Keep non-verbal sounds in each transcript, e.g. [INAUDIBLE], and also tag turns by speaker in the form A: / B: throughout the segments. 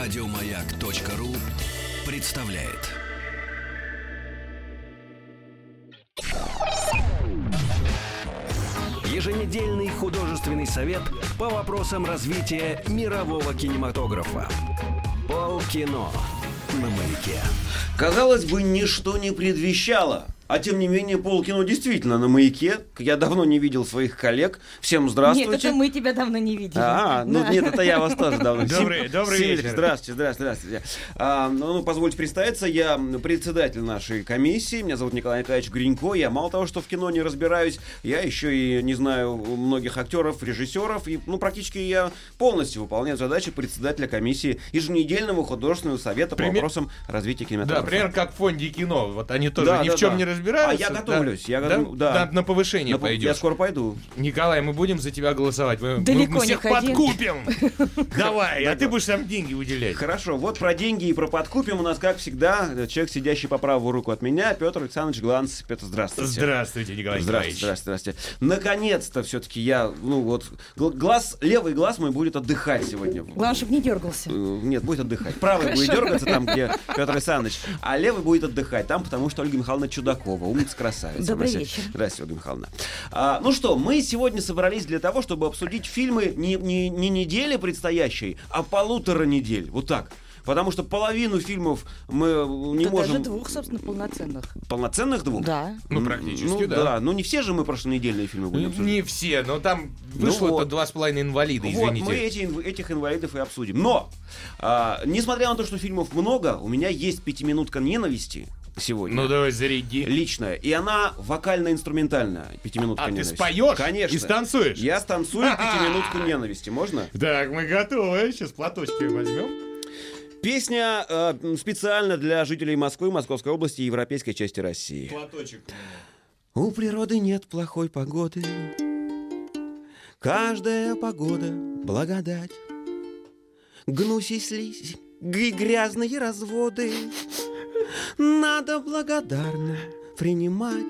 A: Радиомаяк.ру представляет. Еженедельный художественный совет по вопросам развития мирового кинематографа. Полкино на маяке.
B: Казалось бы, ничто не предвещало. А тем не менее, полкино действительно на маяке. Я давно не видел своих коллег. Всем здравствуйте.
C: Нет, это мы тебя давно не видели.
B: А, ну
C: Да.
B: нет, это я вас тоже
D: [LAUGHS]
B: давно.
D: Добрый-
B: Сим-
D: добрый
B: Симик,
D: вечер.
B: Здравствуйте, здравствуйте, здравствуйте. А, ну, ну, позвольте представиться, я председатель нашей комиссии. Меня зовут Николай Николаевич Гринько. Я мало того, что в кино не разбираюсь, я еще и не знаю многих актеров, режиссеров. И, ну, практически я полностью выполняю задачи председателя комиссии еженедельного художественного совета по
D: Пример-
B: вопросам развития
D: Да,
B: кинематографа.
D: примерно как в фонде кино. Вот они тоже
B: Да,
D: ни
B: да,
D: в чем
B: да.
D: не разбираются.
B: А я готовлюсь, я готов- да.
D: Надо на повышение
B: На пол- Я
D: пойдешь.
B: скоро пойду.
D: Николай, мы будем за тебя голосовать. Мы, мы-
C: Далеко
D: мы
C: не
D: всех
C: ходи.
D: подкупим.
C: [LAUGHS]
D: Давай, а
B: Да-да.
D: ты будешь нам деньги выделять.
B: Хорошо, вот про деньги и про подкупим у нас, как всегда, человек, сидящий по правую руку от меня, Петр Александрович Гланс. Петр, здравствуйте.
D: Здравствуйте, Николай
B: Здравствуйте,
D: Николаевич.
B: здравствуйте, здравствуйте. Наконец-то все-таки я, ну вот, гл- глаз, левый глаз мой будет отдыхать сегодня.
C: Главное, чтобы не дергался.
B: Э, Нет, будет отдыхать. Правый будет дергаться там, где Петр Александрович, а левый будет отдыхать там, потому что Ольга Михайловна Чудакова, умница, красавица.
C: Добрый
B: Обращайтесь.
C: вечер.
B: Здравствуйте, Ольга Михайловна. А, ну что, мы сегодня собрались для того, чтобы обсудить фильмы не, не, не недели предстоящей, а полутора недель. Вот так. Потому что половину фильмов мы не
C: Да
B: можем...
C: даже двух, собственно, полноценных.
B: Полноценных двух?
C: Да.
D: Ну, практически,
B: Ну,
D: да.
B: Ну, не все же мы прошлонедельные фильмы будем обсуждать.
D: Не все, но там
B: Ну
D: вышло-то
B: вот.
D: два с половиной инвалида,
B: Вот, мы
D: извините.
B: эти инв- этих инвалидов и обсудим. Но, а, несмотря на то, что фильмов много, у меня есть пятиминутка ненависти сегодня.
D: Ну, давай заряди.
B: Личная. И она вокально-инструментальная. Пятиминутка
D: А ты
B: ненависти.
D: споешь
B: Конечно.
D: и станцуешь?
B: Я
D: [LAUGHS]
B: станцую пятиминутку ненависти. Можно?
D: Так, мы готовы. Сейчас платочки возьмем.
B: Песня э, м, специально для жителей Москвы, Московской области и европейской части России.
D: Платочек.
B: У природы нет плохой погоды. Каждая погода — благодать. Гнусь и слизь, и грязные разводы. Надо благодарно принимать.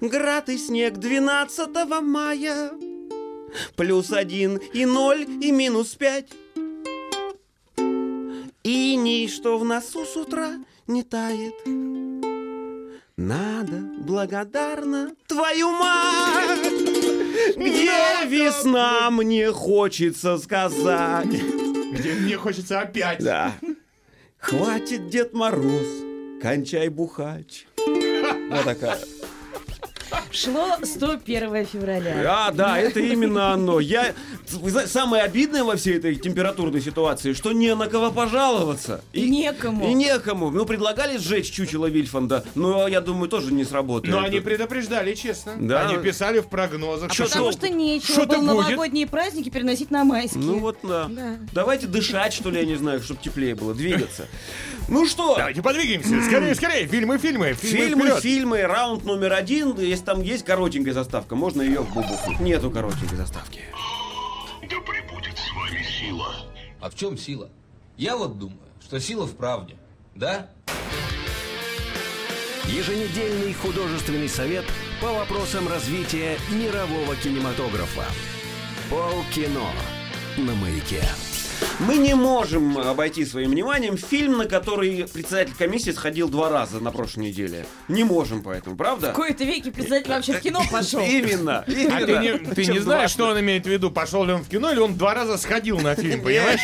B: Град и снег 12 мая. Плюс один и ноль и минус пять. И ничто в носу с утра не тает. Надо благодарна твою мать, где весна мне хочется сказать.
D: Где мне хочется опять.
B: Да. Хватит, Дед Мороз, кончай бухач. Вот такая.
C: Шло 101 февраля.
B: А, да, это именно оно. Я... вы знаете, Самое обидное во всей этой температурной ситуации, что не на кого пожаловаться.
C: И некому.
B: И некому. Ну, предлагали сжечь чучело Вильфанда, но я думаю, тоже не сработает.
D: Но они предупреждали, честно.
B: Да.
D: Они писали в прогнозах.
B: А
D: что
C: Потому
B: шо-
C: что нечего
D: шо-то
C: было
D: будет?
C: новогодние праздники переносить на майские.
B: Ну вот, да.
C: Да.
B: Давайте дышать, что ли, я не знаю, чтобы теплее было, двигаться. Ну что,
D: Давайте подвигаемся. Скорее, скорее. Фильмы, фильмы.
B: фильмы,
D: вперед.
B: фильмы, раунд номер один. Если там есть коротенькая заставка, можно ее вбухнуть. Нету коротенькой заставки.
E: Да пребудет с вами сила.
F: А в чем сила? Я вот думаю, что сила в правде. Да?
A: Еженедельный художественный совет по вопросам развития мирового кинематографа. Полкино на маяке.
B: Мы не можем обойти своим вниманием фильм, на который председатель комиссии сходил два раза на прошлой неделе. Не можем поэтому, правда?
C: В кои-то веки председатель вообще в
B: э,
C: кино пошел.
B: Именно.
D: А ты не, ты не знаешь, что он имеет в виду? Пошел ли он в кино, или он два раза сходил на фильм, понимаешь?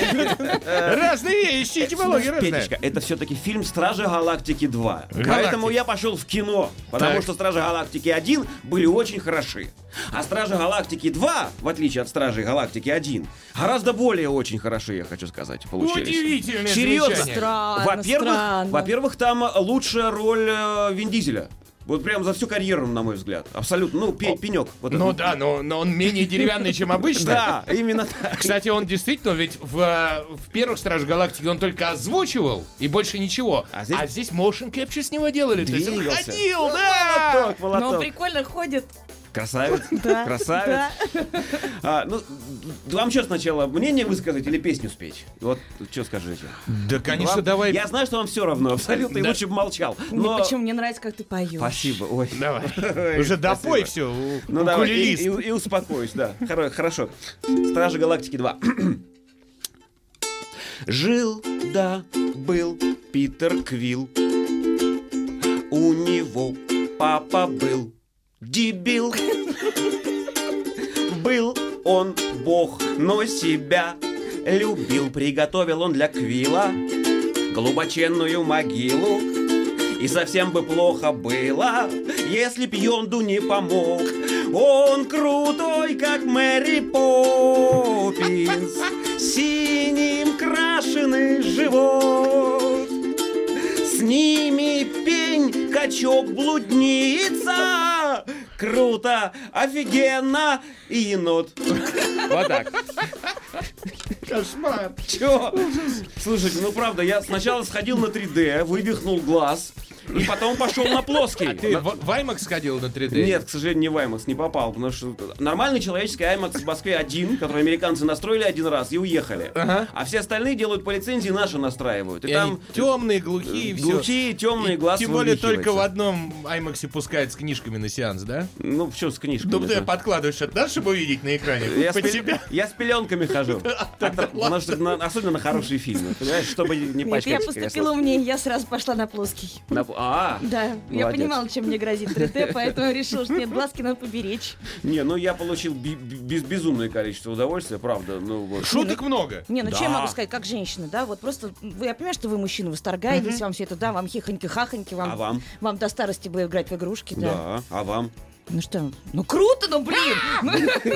D: Разные вещи, этимология разная.
B: Петечка, это все-таки фильм «Стражи Галактики 2». Поэтому я пошел в кино, потому
D: Так.
B: что «Стражи Галактики 1» были очень хороши. А «Стражи Галактики 2», в отличие от «Стражей Галактики 1», гораздо более очень хороши, я хочу сказать, получились.
D: Удивительное
B: Серьезно.
D: замечание.
C: Странно,
B: Во-первых,
C: странно.
B: во-первых, там лучшая роль э, Вин Дизеля. Вот прям за всю карьеру, на мой взгляд. Абсолютно. Ну, пе- пенек. Вот
D: Ну
B: этот.
D: да, но, но он менее деревянный, чем обычно.
B: Да, именно
D: [LAUGHS]
B: так.
D: Кстати, он действительно, ведь в, э, в первых Стражах Галактики он только озвучивал и больше ничего.
B: А
D: А
B: здесь- Ну,
D: здесь, motion capture с него делали. то есть он
B: Двигался.
D: ходил, да!
B: Молоток,
C: Но он
B: молоток.
C: прикольно ходит.
B: Красавец.
C: Ну, Да,
B: э, Красавец.
C: да.
B: А, ну, д- вам что сначала, мнение высказать или песню спеть? Вот что скажите.
D: Да, конечно,
B: Вам-
D: Ну, давай.
B: Я знаю, что вам все равно, [LAUGHS] абсолютно, и
D: Да. Ну,
B: лучше бы молчал.
C: Мне
B: Но...
C: почему мне нравится, как ты поешь.
B: Спасибо, [LAUGHS] ой.
D: Давай.
B: Ой,
D: Уже допой
B: спасибо.
D: все.
B: Ну давай, и, и- и успокоюсь, да. Хоро- Хорошо. Стражи Галактики 2. [CLEARS THROAT] Жил, да, был Питер Квилл. У него папа был дебил. [LAUGHS] Был он бог, но себя любил. Приготовил он для Квилла глубоченную могилу. И совсем бы плохо было, если б Йонду не помог. Он крутой, как Мэри Поппинс, синим крашеный живот. С ними пень, качок, блудница. Круто, офигенно и енот.
G: Вот так.
D: Кошмар.
B: Чё? Слушайте, ну правда, я сначала сходил на 3D, вывихнул глаз, и потом пошел на
D: А
B: плоский.
G: Ты в Ваймак сходил на 3D?
B: Ну, Нет, к сожалению, не в IMAX не попал, потому что нормальный человеческий IMAX в Москве один, который американцы настроили один раз и уехали.
G: Ага.
B: А все остальные делают по лицензии, наши настраивают. И,
G: И
B: там
G: они темные, глухие, все.
B: глухие, темные глаз
D: Тем более только в
B: вывихивается.
D: одном Аймаксе пускают с книжками на сеанс, да?
B: Ну, что с книжкой?
D: Ну, ты подкладываешь это, да, чтобы увидеть на экране?
B: Я, с
D: Под
B: пел- [LAUGHS]
D: себя.
B: я с пеленками
D: [LAUGHS]
B: хожу. Отра- потому что на- особенно на хорошие фильмы. Понимаешь, чтобы не
C: Нет,
B: пачкать
C: я
B: кресло.
C: поступила умнее, я сразу пошла на плоский.
B: На- А,
C: Да, я
B: Молодец.
C: понимала, чем мне грозит 3D, поэтому решила, что нет, глазки надо поберечь.
B: не, ну я получил би- би- безумное количество удовольствия, правда. Ну, вот.
D: Шуток много.
C: Не, ну
B: Да.
C: что я могу сказать, как женщина, да? Вот просто, вы, я понимаю, что вы, мужчины, восторгаетесь, вам все это, да, вам хихоньки-хахоньки, вам,
B: А вам?
C: до старости бы играть в игрушки, да.
B: Да, а вам?
C: Ну что, ну круто, ну блин!
B: [LAUGHS]
C: Ну,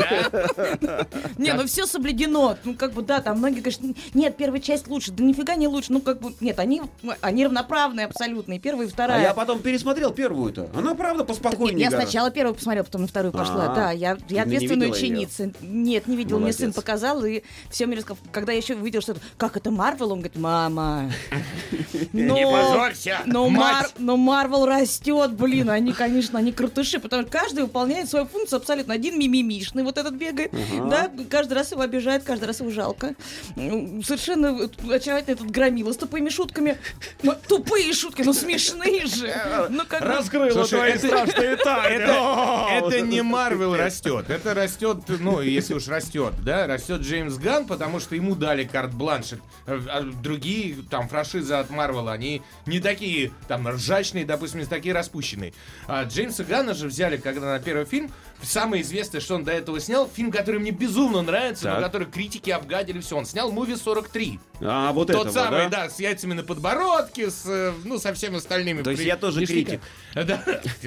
C: Не, ну все соблюдено. Ну как бы, да, там многие говорят, что нет, первая часть лучше. Да нифига не лучше. Ну как бы, нет, они они равноправные абсолютно, и первая, и
B: А я
C: вторая.
B: потом пересмотрел первую-то. Она правда
C: Так нет,
B: поспокойнее.
C: Я
B: гораздо.
C: сначала первую посмотрела, потом на вторую пошла.
B: А,
C: Да, я,
B: ты не
C: я ответственная
B: видела её?
C: ученица. Нет, не видела. Мне сын
B: Молодец.
C: показал, и все мне рассказал. Когда я еще увидела, что это, как это Марвел, он говорит, мама.
B: [LAUGHS]
D: Не
C: но-
D: позорься,
C: но, Мар-
D: мать.
C: но Марвел растет, блин, они, конечно, они крутыши, потому что каждый выполняет свою функцию абсолютно. Один мимимишный вот этот бегает, да, каждый раз его обижает, каждый раз его жалко. М, Совершенно вот очаровательно этот громила с тупыми шутками. Ну, тупые шутки, ну смешные же. Ну, как бы-
B: Раскрыла
D: Слушай,
B: твои
D: [LAUGHS] это-
B: страшные тайны. О, вот
D: Это
B: это-
D: не Марвел растет, это растет, ну, если уж растет, да, растет Джеймс Ганн, потому что ему дали карт-бланш. Э, а Другие, там, франшизы от Марвела, они не такие, там, ржачные, допустим, не такие распущенные. А Джеймса Ганна же взяли, когда на первый фильм, самое известное, что он до этого снял, фильм, который мне безумно нравится, но
B: Так.
D: который критики обгадили все, он снял «Муви 43».
B: А, вот
D: Тот
B: это
D: самый, да? с яйцами на подбородке, с, э, ну, со всеми остальными.
B: То есть
D: при-
B: я тоже
D: ништяками. [LAUGHS] Да,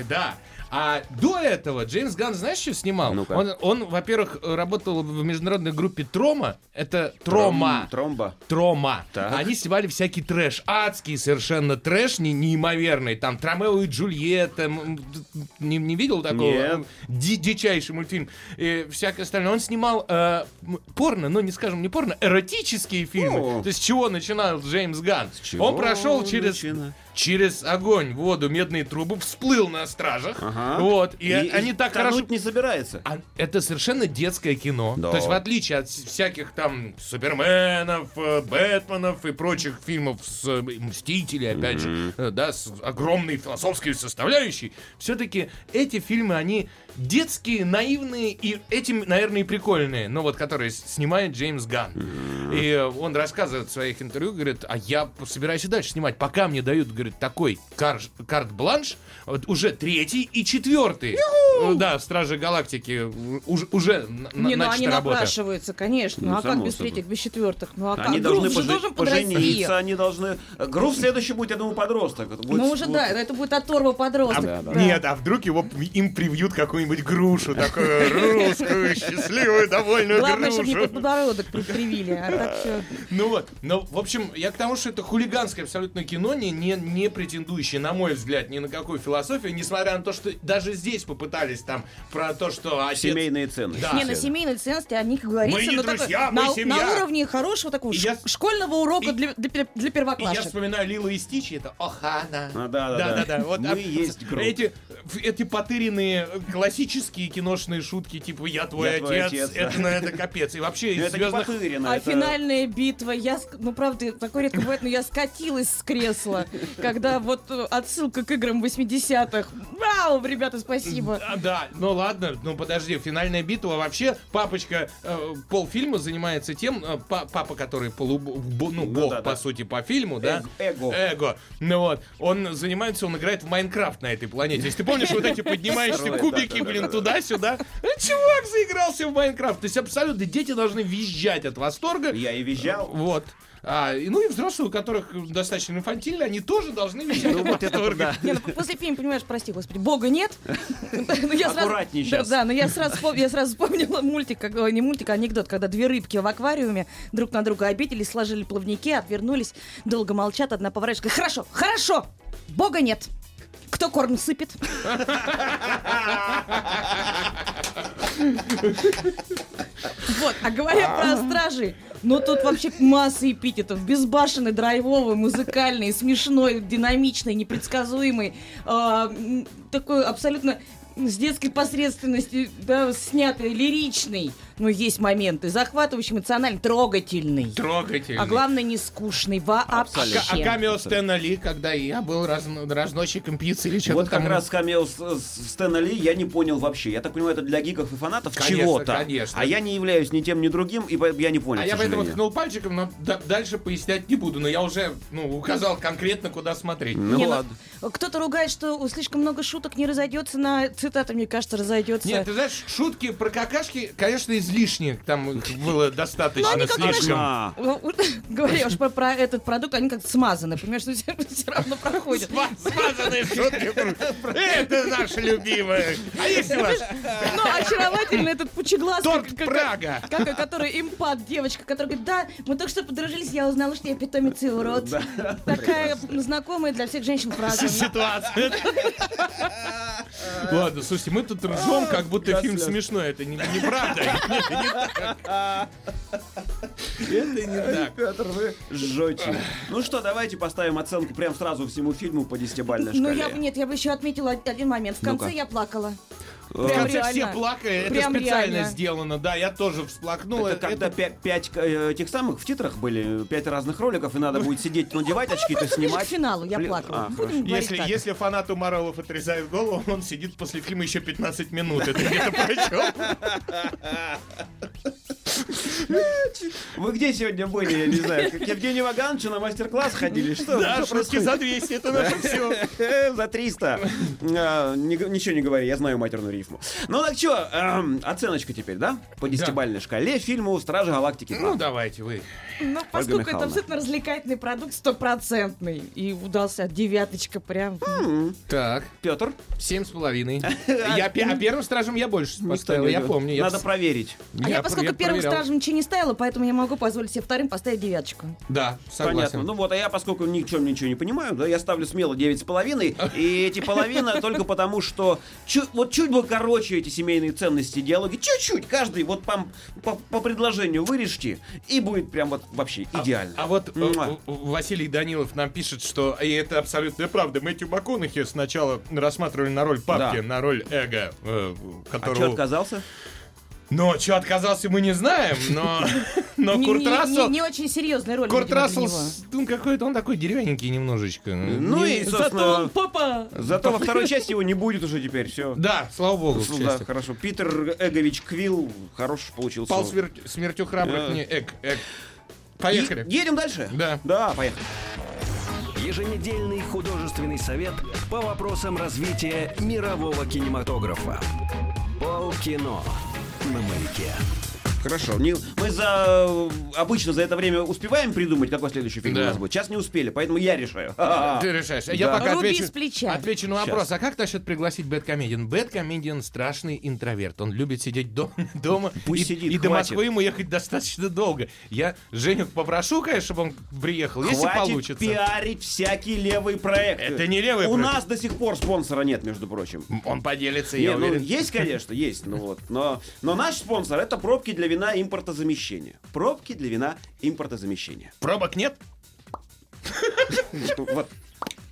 D: да. А до этого Джеймс Ганн, знаешь, что снимал?
B: Ну-ка.
D: Он, он, во-первых, работал в международной группе Трома. Это Трома.
B: Тромба.
D: Трома.
B: Так.
D: Они снимали всякий трэш. Адский совершенно трэш, не, неимоверный. Там Тромео и Джульетта. м, м, Не, не видел такого?
B: Нет.
D: Ди- дичайший мультфильм. И всякое остальное. Он снимал э, м, порно, но не скажем не порно, эротические фильмы.
B: О.
D: То есть с чего начинал Джеймс Ганн?
B: чего
D: он прошел
B: он
D: через,
B: начинал?
D: через огонь, воду, медные трубы, всплыл на стражах.
B: Ага.
D: Вот. И, они так
B: тонуть
D: хорошо...
B: не собирается.
D: А это совершенно детское кино.
B: Да.
D: То есть, в отличие от с- всяких там Суперменов, э, Бэтменов и прочих фильмов с э, Мстителей, опять же, э, да, с огромной философской составляющей, все-таки эти фильмы, они детские, наивные и этим, наверное, и прикольные. Ну, вот, которые с- снимает Джеймс Ганн. И э, он рассказывает в своих интервью, говорит, а я п- собираюсь и дальше снимать, пока мне дают, говорит, такой кар- карт-бланш, вот уже третий и четвертый. Э, Да, в Страже Галактики уж- уже на- на-
C: Не, ну
D: начата
C: они
D: работа.
C: напрашиваются, конечно.
B: Ну,
C: а как
B: само
C: без
B: собой.
C: третьих, без четвертых? Ну а как?
B: Они
C: Груз
B: должны
C: же
B: пожи-
C: должен подрасти.
B: пожениться, они должны... Грув следующий будет, я думаю, подросток. Вот-
C: Ну уже
B: вот-
C: да, это будет оторва
D: А,
C: подросток. Да.
D: Нет, а вдруг его п- им привьют какую-нибудь грушу, такую русскую, счастливую, довольную
C: Главное, чтобы не ну,
D: грушу.
C: под подбородок при- привили, а так все.
D: Ну вот, ну, в общем, я к тому, что это хулиганское абсолютно кино, не, не, не претендующее, на мой взгляд, ни на какую философию, несмотря на то, что даже здесь попытались там про то, что отец...
B: Семейные цены.
D: Да.
C: Не, на семейные ценности о них говорится.
D: Мы не
C: но такой-
D: друзья, мы
C: на,
D: семья.
C: на уровне хорошего такого
D: И
C: ш-
D: я-
C: школьного урока
D: и-
C: для, для, пер- для
D: И я
C: первоклашек.
D: вспоминаю Лилу и Стичи, это Охана.
B: А, да, да, да.
D: Вот,
B: Мы
D: а,
B: есть группа.
D: Эти, эти потыренные э, классические киношные шутки, типа «Я твой
B: Я
D: отец»,
B: твой отец, да.
D: это, ну, это капец. И вообще
B: Ну,
D: из
B: это не
D: «Звездных
B: потырено,
C: А
B: это-
C: финальная битва. Я, ск- ну правда, такое редко бывает, но я скатилась с кресла, когда вот э, отсылка к играм 80-х. Вау, ребята, спасибо.
D: А, да, ну ладно, ну подожди, финальная битва вообще папочка э, полфильма занимается тем, э, па- папа, который полу, бо- ну, бог,
B: да,
D: по
B: да.
D: сути, по фильму, да?
B: Эго.
D: Эго. Ну вот, он занимается, он играет в Майнкрафт на этой планете. Если ты помнишь, вот эти поднимаешься
B: Строит,
D: кубики,
B: да-да-да-да-да.
D: блин, туда-сюда. Э, Чувак заигрался в Майнкрафт. То есть абсолютно дети должны визжать от восторга.
B: Я и визжал.
D: Вот. А, и, ну и взрослые, у которых достаточно инфантильно, они тоже должны визжать от восторга.
C: Не, ну, после фильма, понимаешь, прости, господи, бога нет. Ну, я сразу-
B: Аккуратней
C: Да,
B: щас.
C: Да, но я сразу вспом- я сразу вспомнила мультик, как- ой, не мультик, а анекдот, когда две рыбки в аквариуме друг на друга обиделись, сложили плавники, отвернулись, долго молчат, одна поворачивается, говорит, хорошо, хорошо, бога нет. Кто корм сыпет? Вот, а говоря про стражи, ну тут вообще масса эпитетов. Безбашенный, драйвовый, музыкальный, смешной, динамичный, непредсказуемый. а, м, такой абсолютно с детской посредственностью да, снятый, лиричный. Но есть моменты. Захватывающий, эмоциональный, трогательный.
D: Трогательный.
C: А главное, не скучный вообще.
D: Ка- А камео Стэна Ли, когда я был разно- разносчиком пиццы или что-то
B: Вот как
D: там.
B: раз камео с- с Стэна Ли я не понял вообще. Я так понимаю, это для гиков и фанатов
D: Конечно,
B: чего-то.
D: конечно.
B: А я не являюсь ни тем, ни другим, и поэтому я не понял,
D: А
B: к
D: я поэтому
B: сожалению.
D: ткнул пальчиком, но да- дальше пояснять не буду. Но я уже ну, указал конкретно, куда смотреть.
B: Ну
C: Не, ну,
B: ладно.
C: кто-то ругает, что слишком много шуток не разойдется на цитаты, мне кажется, разойдется.
D: Нет, ты знаешь, шутки про какашки, конечно, излишние. Там их было достаточно
C: они как-то
D: слишком.
B: А,
C: Ну, вот, [LAUGHS] Говоря уж про, про этот продукт, они как-то смазаны, понимаешь, что [LAUGHS] все, равно проходят.
D: Сма- Смазанные шутки. про- Это наши любимые. А если у вас
C: Ну, очаровательно этот пучеглаз,
D: торт
C: как-
D: Прага?
C: как- который импат, девочка, которая говорит, да, мы только что подружились, я узнала, что я питомец и урод. Такая знакомая для всех женщин фраза.
D: Ситуация. Ладно, слушайте, мы тут ржем, как будто фильм смешной. Это не- неправда. Это не так. Это не так.
B: Петр, вы жжете. Ну что, давайте поставим оценку прям сразу всему фильму по десятибалльной
C: Ну,
B: шкале.
C: я бы, нет, я бы еще отметила од- один момент. В конце
B: Ну-ка.
C: я плакала.
D: Э, В
C: Прям
D: конце все
C: реально.
D: плакали, это
C: Прям
D: специально
C: реально.
D: сделано, да, я тоже всплакнул.
B: Это когда пя- пять э, этих самых в титрах были, пять разных роликов, и надо будет сидеть, надевать очки-то
C: Ближе к
B: снимать.
C: финалу я
B: Блин,
C: плакала.
B: а,
C: Будем говорить
D: Если,
C: так.
D: если фанату Марвелов отрезают голову, он сидит после фильма еще 15 минут. Это где-то прочел.
B: Вы где сегодня были, я не знаю, к Евгению Вагановичу на мастер-класс ходили? Что,
D: Да,
B: что
D: шутки за 200, это наше все.
B: Э, За 300. А, не г- Ничего не говори, я знаю матерную рифму. Ну так что, оценочка теперь, да? По десятибальной шкале фильму «Стражи Галактики 2».
D: Ну, давайте вы.
C: Ну, поскольку это
B: Михайловна.
C: абсолютно развлекательный продукт, стопроцентный. И удался девяточка прям.
D: Так,
B: Петр,
D: семь с половиной. Я пе- а первым стражем я больше
B: Ну,
D: поставил, я помню. я
B: Надо
D: пос-
B: проверить.
C: А я,
D: я
C: поскольку
D: проверял.
C: первым стражем ничего не ставила, поэтому я могу позволить себе вторым поставить девяточку.
D: Да,
B: Понятно.
D: согласен.
B: Ну вот, а я, поскольку ни в чем ничего не понимаю, да, я ставлю смело 9,5. И эти
D: [LAUGHS]
B: половина только потому, что чу- вот чуть бы короче эти семейные ценности, диалоги. Чуть-чуть. Каждый вот пам- по, по предложению вырежьте, и будет прям вот вообще идеально.
D: А вот э,
B: Муа.
D: в- в- Василий Данилов нам пишет, что и это абсолютная правда. Мэтью МакКонахи сначала рассматривали на роль папки,
B: Да.
D: на роль эго, э,
B: А
D: которого...
B: чё отказался?
D: Но что отказался, мы не знаем, но...
B: [LAUGHS]
D: Но
C: не,
D: А Курт
C: не-
D: Рассел...
C: не- не очень серьезная роль,
D: Курт
C: видимо, для
D: Рассел,
C: него.
D: с- ну какой-то он такой деревянненький немножечко.
B: Ну и,
C: Зато
B: собственно,
C: он папа.
B: Зато во
D: [LAUGHS]
B: второй части его не будет уже теперь, все.
D: Да, слава богу, к
B: Да,
D: счастью.
B: хорошо. Питер Эгович Квилл, хороший получился.
D: Пал свер- смертью храбрых,
B: Да.
D: не эк,
B: Е-
D: эк. Поехали.
B: едем дальше?
D: Да.
B: Да, поехали.
A: Еженедельный художественный совет по вопросам развития мирового кинематографа. Полкино на маяке.
B: Хорошо. Не- мы за обычно за это время успеваем придумать, какой следующий фильм
D: Да.
B: у нас будет. Сейчас не успели, поэтому я решаю. [LAUGHS]
D: Ты решаешь. Я пока
C: Руби
D: отвечу,
C: с плеча.
D: отвечу на вопрос. А как насчет пригласить Бэткомедиан? Бэткомедиан страшный интроверт. Он любит сидеть до- [LAUGHS] дома.
B: Пусть
D: и,
B: сидит,
D: и до
B: хватит.
D: Москвы ему ехать достаточно долго. Я Женю попрошу, конечно, чтобы он приехал, если
B: Хватит
D: получится.
B: пиарить всякие левые проекты.
D: Это не левые
B: У
D: проекты.
B: нас до сих пор спонсора нет, между прочим.
D: Он поделится,
B: Не,
D: я
B: ну,
D: уверен.
B: есть, конечно, есть, ну вот. Но, но наш спонсор это пробки для вина импортозамещения. Пробки для вина импортозамещения.
D: Пробок нет?
B: Вот.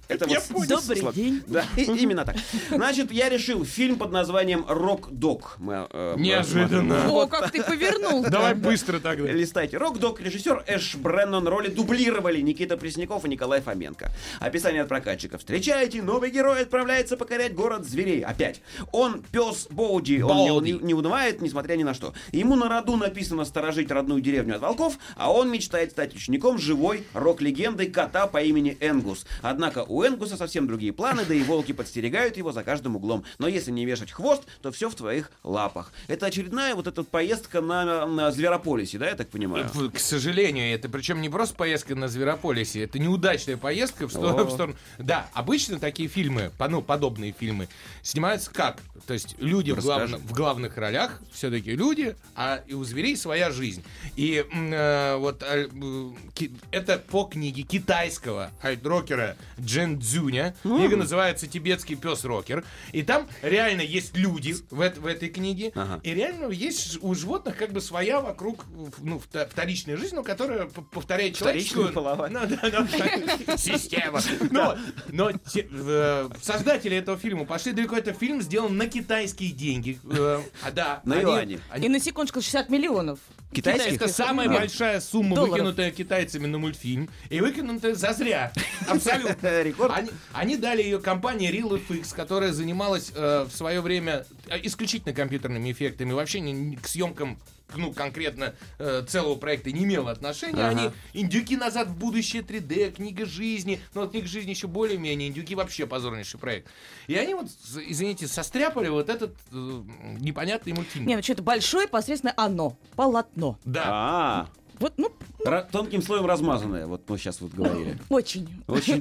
B: Это
D: Я
B: вот
D: понял.
B: слог.
C: Добрый день.
B: Да, и- именно так. Значит, я решил фильм под названием «Рок-дог». Мы, э,
D: Неожиданно.
C: О, как
B: [LAUGHS]
C: ты повернул.
D: Давай быстро тогда.
B: Листайте. Рок-док Э, режиссер Эш Бреннон роли дублировали Никита Пресняков и Николай Фоменко. Описание от прокатчика. Встречайте, новый герой отправляется покорять город зверей. Опять. Он пес Боуди. Он не, не- не унывает, несмотря ни на что. Ему на роду написано сторожить родную деревню от волков, а он мечтает стать учеником живой рок-легенды кота по имени Энгус. Однако у Энгуса совсем другие планы, да и волки подстерегают его за каждым углом. Но если не вешать хвост, то все в твоих лапах. Это очередная вот эта поездка на, на Зверополисе, да, я так понимаю?
D: Э, В- К сожалению, это причем не просто поездка на Зверополисе, это неудачная поездка в, сто-
B: О.
D: в сторону. Да, обычно такие фильмы, по- ну, подобные фильмы, снимаются как? То есть люди в, главном-
B: Расскажи.
D: в главных ролях все-таки люди, а и у зверей своя жизнь. И м, э, вот э, м, ки- это по книге китайского хайдрокера Джен Цзюня. Книга называется «Тибетский пес-рокер». И там реально есть люди в, эт- в этой книге,
B: Ага.
D: и реально есть ж- у животных как бы своя вокруг ну, вта- вторичная жизнь, ну, которая п- повторяет человеческую.
B: Вторичная половая.
D: Ну, [LAUGHS] да, да, [LAUGHS] втор- Система. Но, но те- э, создатели этого фильма пошли далеко. Это фильм сделан на китайские деньги. Э, А да.
B: На
D: они-
B: юани.
D: они-
C: И на секундочку 60 миллионов.
B: Китайский?
D: Это самая большая сумма,
C: Долларов.
D: выкинутая китайцами на мультфильм. И выкинутая зазря. Абсолютно.
B: Рекорд.
D: Они, они дали ее компании RealFX, которая занималась э, в свое время э, исключительно компьютерными эффектами, вообще не- не к съемкам ну, конкретно э, целого проекта не имела отношения. Они «Индюки назад в будущее 3D», «Книга жизни». Ну, вот «Книга жизни» еще более-менее, «Индюки» вообще позорнейший проект. И они вот, с- извините, состряпали вот этот э, непонятный мультфильм.
C: Не, ну что, это большое посредственно оно, полотно.
D: Да.
B: А,
C: Вот, ну,
B: ра- тонким слоем размазанное, вот мы сейчас вот говорили.
C: очень. [LAUGHS]
B: Очень.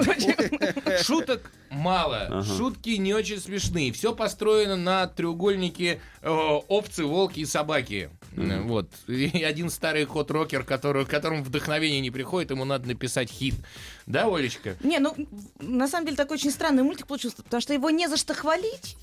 D: Шуток мало, шутки не очень смешные. Все построено на треугольнике э, овцы, волки и собаки. Э, Вот. И один старый хот-рокер, который, которому вдохновение не приходит, ему надо написать хит. Да, Олечка?
C: Не, ну, на самом деле, такой очень странный мультик получился, потому что его не за что хвалить.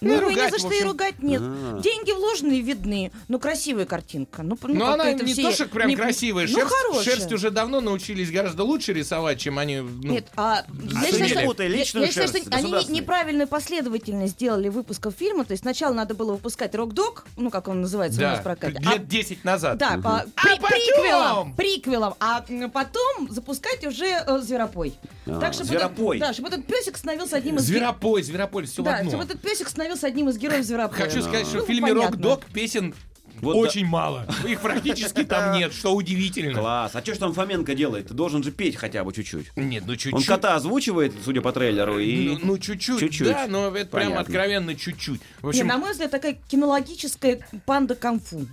D: Ну,
C: Ну, его
D: и
C: не
D: ругать,
C: за
D: в
C: что и
D: общем.
C: ругать нет.
B: А.
C: Деньги вложенные видны, но красивая картинка. Ну, п- ну,
D: Ну,
C: как-то
D: она
C: это
D: не
C: все-
D: то, что прям
C: не-
D: красивая.
C: Ну,
D: шерсть,
C: хорошая.
D: шерсть уже давно научились гораздо лучше рисовать, чем они... ну,
C: Нет, а я
D: ты
C: считаю, что-
B: путай
C: я- я
B: личную
C: считаю,
B: шерсть,
C: что они не-
B: государственной.
C: неправильную последовательность сделали выпусков фильма. То есть сначала надо было выпускать рок-дог, ну как он называется у нас
D: да,
C: в прокате. а-
D: лет 10 назад.
C: да, по при- приквелам, приквелам, а м, потом запускать уже э, зверопой.
B: А,
C: так, чтобы
B: «Зверопой».
C: этот, да, чтобы этот песик становился одним из ге-
D: Зверопой, Зверополь, все в
C: Да,
D: одно.
C: чтобы этот песик становился одним из героев зверопоя.
D: Хочу сказать, что
C: Ну,
D: в фильме
C: понятно.
D: «Рок-дог» песен
B: Вот
D: очень мало. Их практически там нет, что удивительно.
B: Класс. А что ж там Фоменко делает? Ты должен же петь хотя бы чуть-чуть.
D: Нет, ну
B: Он
D: чуть-чуть.
B: кота озвучивает, судя по трейлеру, и...
D: Ну, ну, чуть-чуть,
B: Чуть-чуть.
D: да, но это прям
B: Понятно.
D: откровенно чуть-чуть. В
C: Не,
D: общем,
C: на мой взгляд, такая кинологическая панда конфу.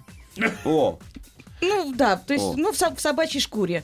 B: О,
C: Ну да, то есть,
B: О.
C: ну в, со- в собачьей шкуре.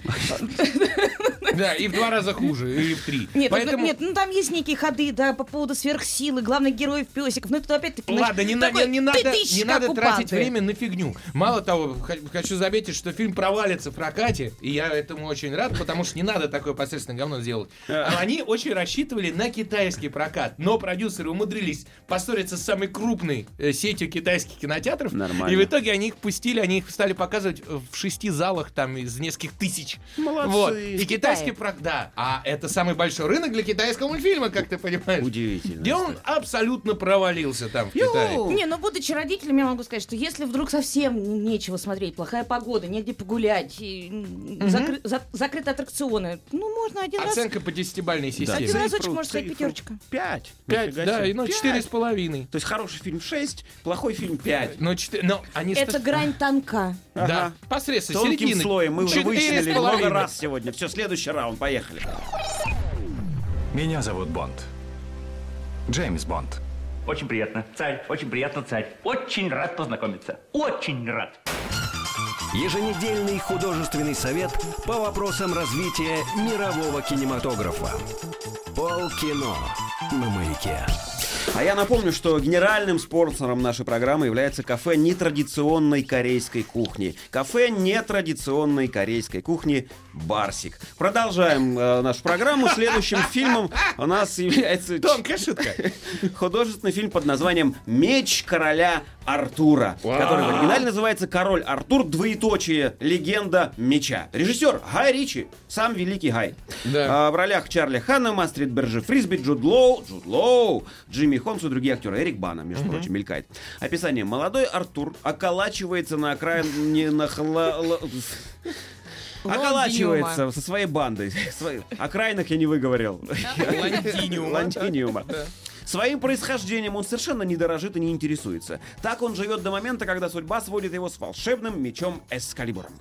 D: да, и в два раза хуже, и в три.
C: Нет,
D: Поэтому...
C: ну, нет, ну там есть некие ходы, да, по поводу сверхсилы, главных героев песиков. Ну это опять-таки... знаешь,
D: Ладно, не, на-
C: такой
D: не- не надо,
C: тыдыщ,
D: не
C: как
D: надо
C: у
D: тратить
C: панды.
D: время на фигню. Мало того, х- хочу заметить, что фильм провалится в прокате, и я этому очень рад, потому что не надо такое посредственное говно сделать. А Они очень рассчитывали на китайский прокат, но продюсеры умудрились поссориться с самой крупной э, сетью китайских кинотеатров,
B: Нормально.
D: и в итоге они их пустили, они их стали показывать э, в шести залах там из нескольких тысяч.
B: Молодцы.
D: Вот.
B: В
D: И китайский прокат, да. А это самый большой рынок для китайского мультфильма, как ты понимаешь.
B: Удивительно.
D: Где он абсолютно провалился там в Китае.
C: Не, ну будучи родителем, я могу сказать, что если вдруг совсем нечего смотреть, плохая погода, негде погулять, и, м, закры- за- закрыты аттракционы, ну можно один раз...
D: Оценка по десятибальной
C: Один
D: системе.
C: разочек, можно сказать, пятерочка.
B: пять.
D: Пять,
B: Нифига
D: да,
B: себе.
D: и, ну,
B: Пять.
D: четыре с половиной.
B: То есть хороший фильм 6, плохой фильм 5.
D: Ну, четы- но они... ста-
C: Это грань тонка.
D: Да,
B: Ага.
D: посредственно,
B: Тонким
D: середины.
B: слоем мы уже
D: Четыре
B: выяснили
D: с
B: много
D: половиной.
B: раз сегодня. Все, следующий раунд, поехали.
H: Меня зовут Бонд. Джеймс Бонд.
I: Очень приятно, царь. Очень приятно, царь. Очень рад познакомиться. Очень рад.
A: Еженедельный художественный совет по вопросам развития мирового кинематографа. Полкино на маяке.
B: А я напомню, что генеральным спонсором нашей программы является кафе нетрадиционной корейской кухни. Кафе нетрадиционной корейской кухни «Барсик». Продолжаем э, нашу программу.
D: [LAUGHS]
B: Следующим фильмом у нас является
D: Тонкая шутка.
B: художественный фильм под названием «Меч короля Артура», который в оригинале называется «Король Артур. Двоеточие. Легенда меча». Режиссер Гай Ричи, сам великий Гай.
D: Да.
B: А, в ролях Чарли Ханнема, Астрид Берджи Фрисби, Джуд Лоу, Джуд Лоу, Джимми Холмс и другие актеры. Эрик Бана, между прочим, мелькает. Описание. Молодой Артур околачивается на окраине на хла- ла- Околачивается со своей бандой. [LAUGHS] Своей- Окраинах я не выговорил. Лантиниума. Своим происхождением он совершенно не дорожит и не интересуется. Так он живет до момента, когда судьба сводит его с волшебным мечом Эскалибуром.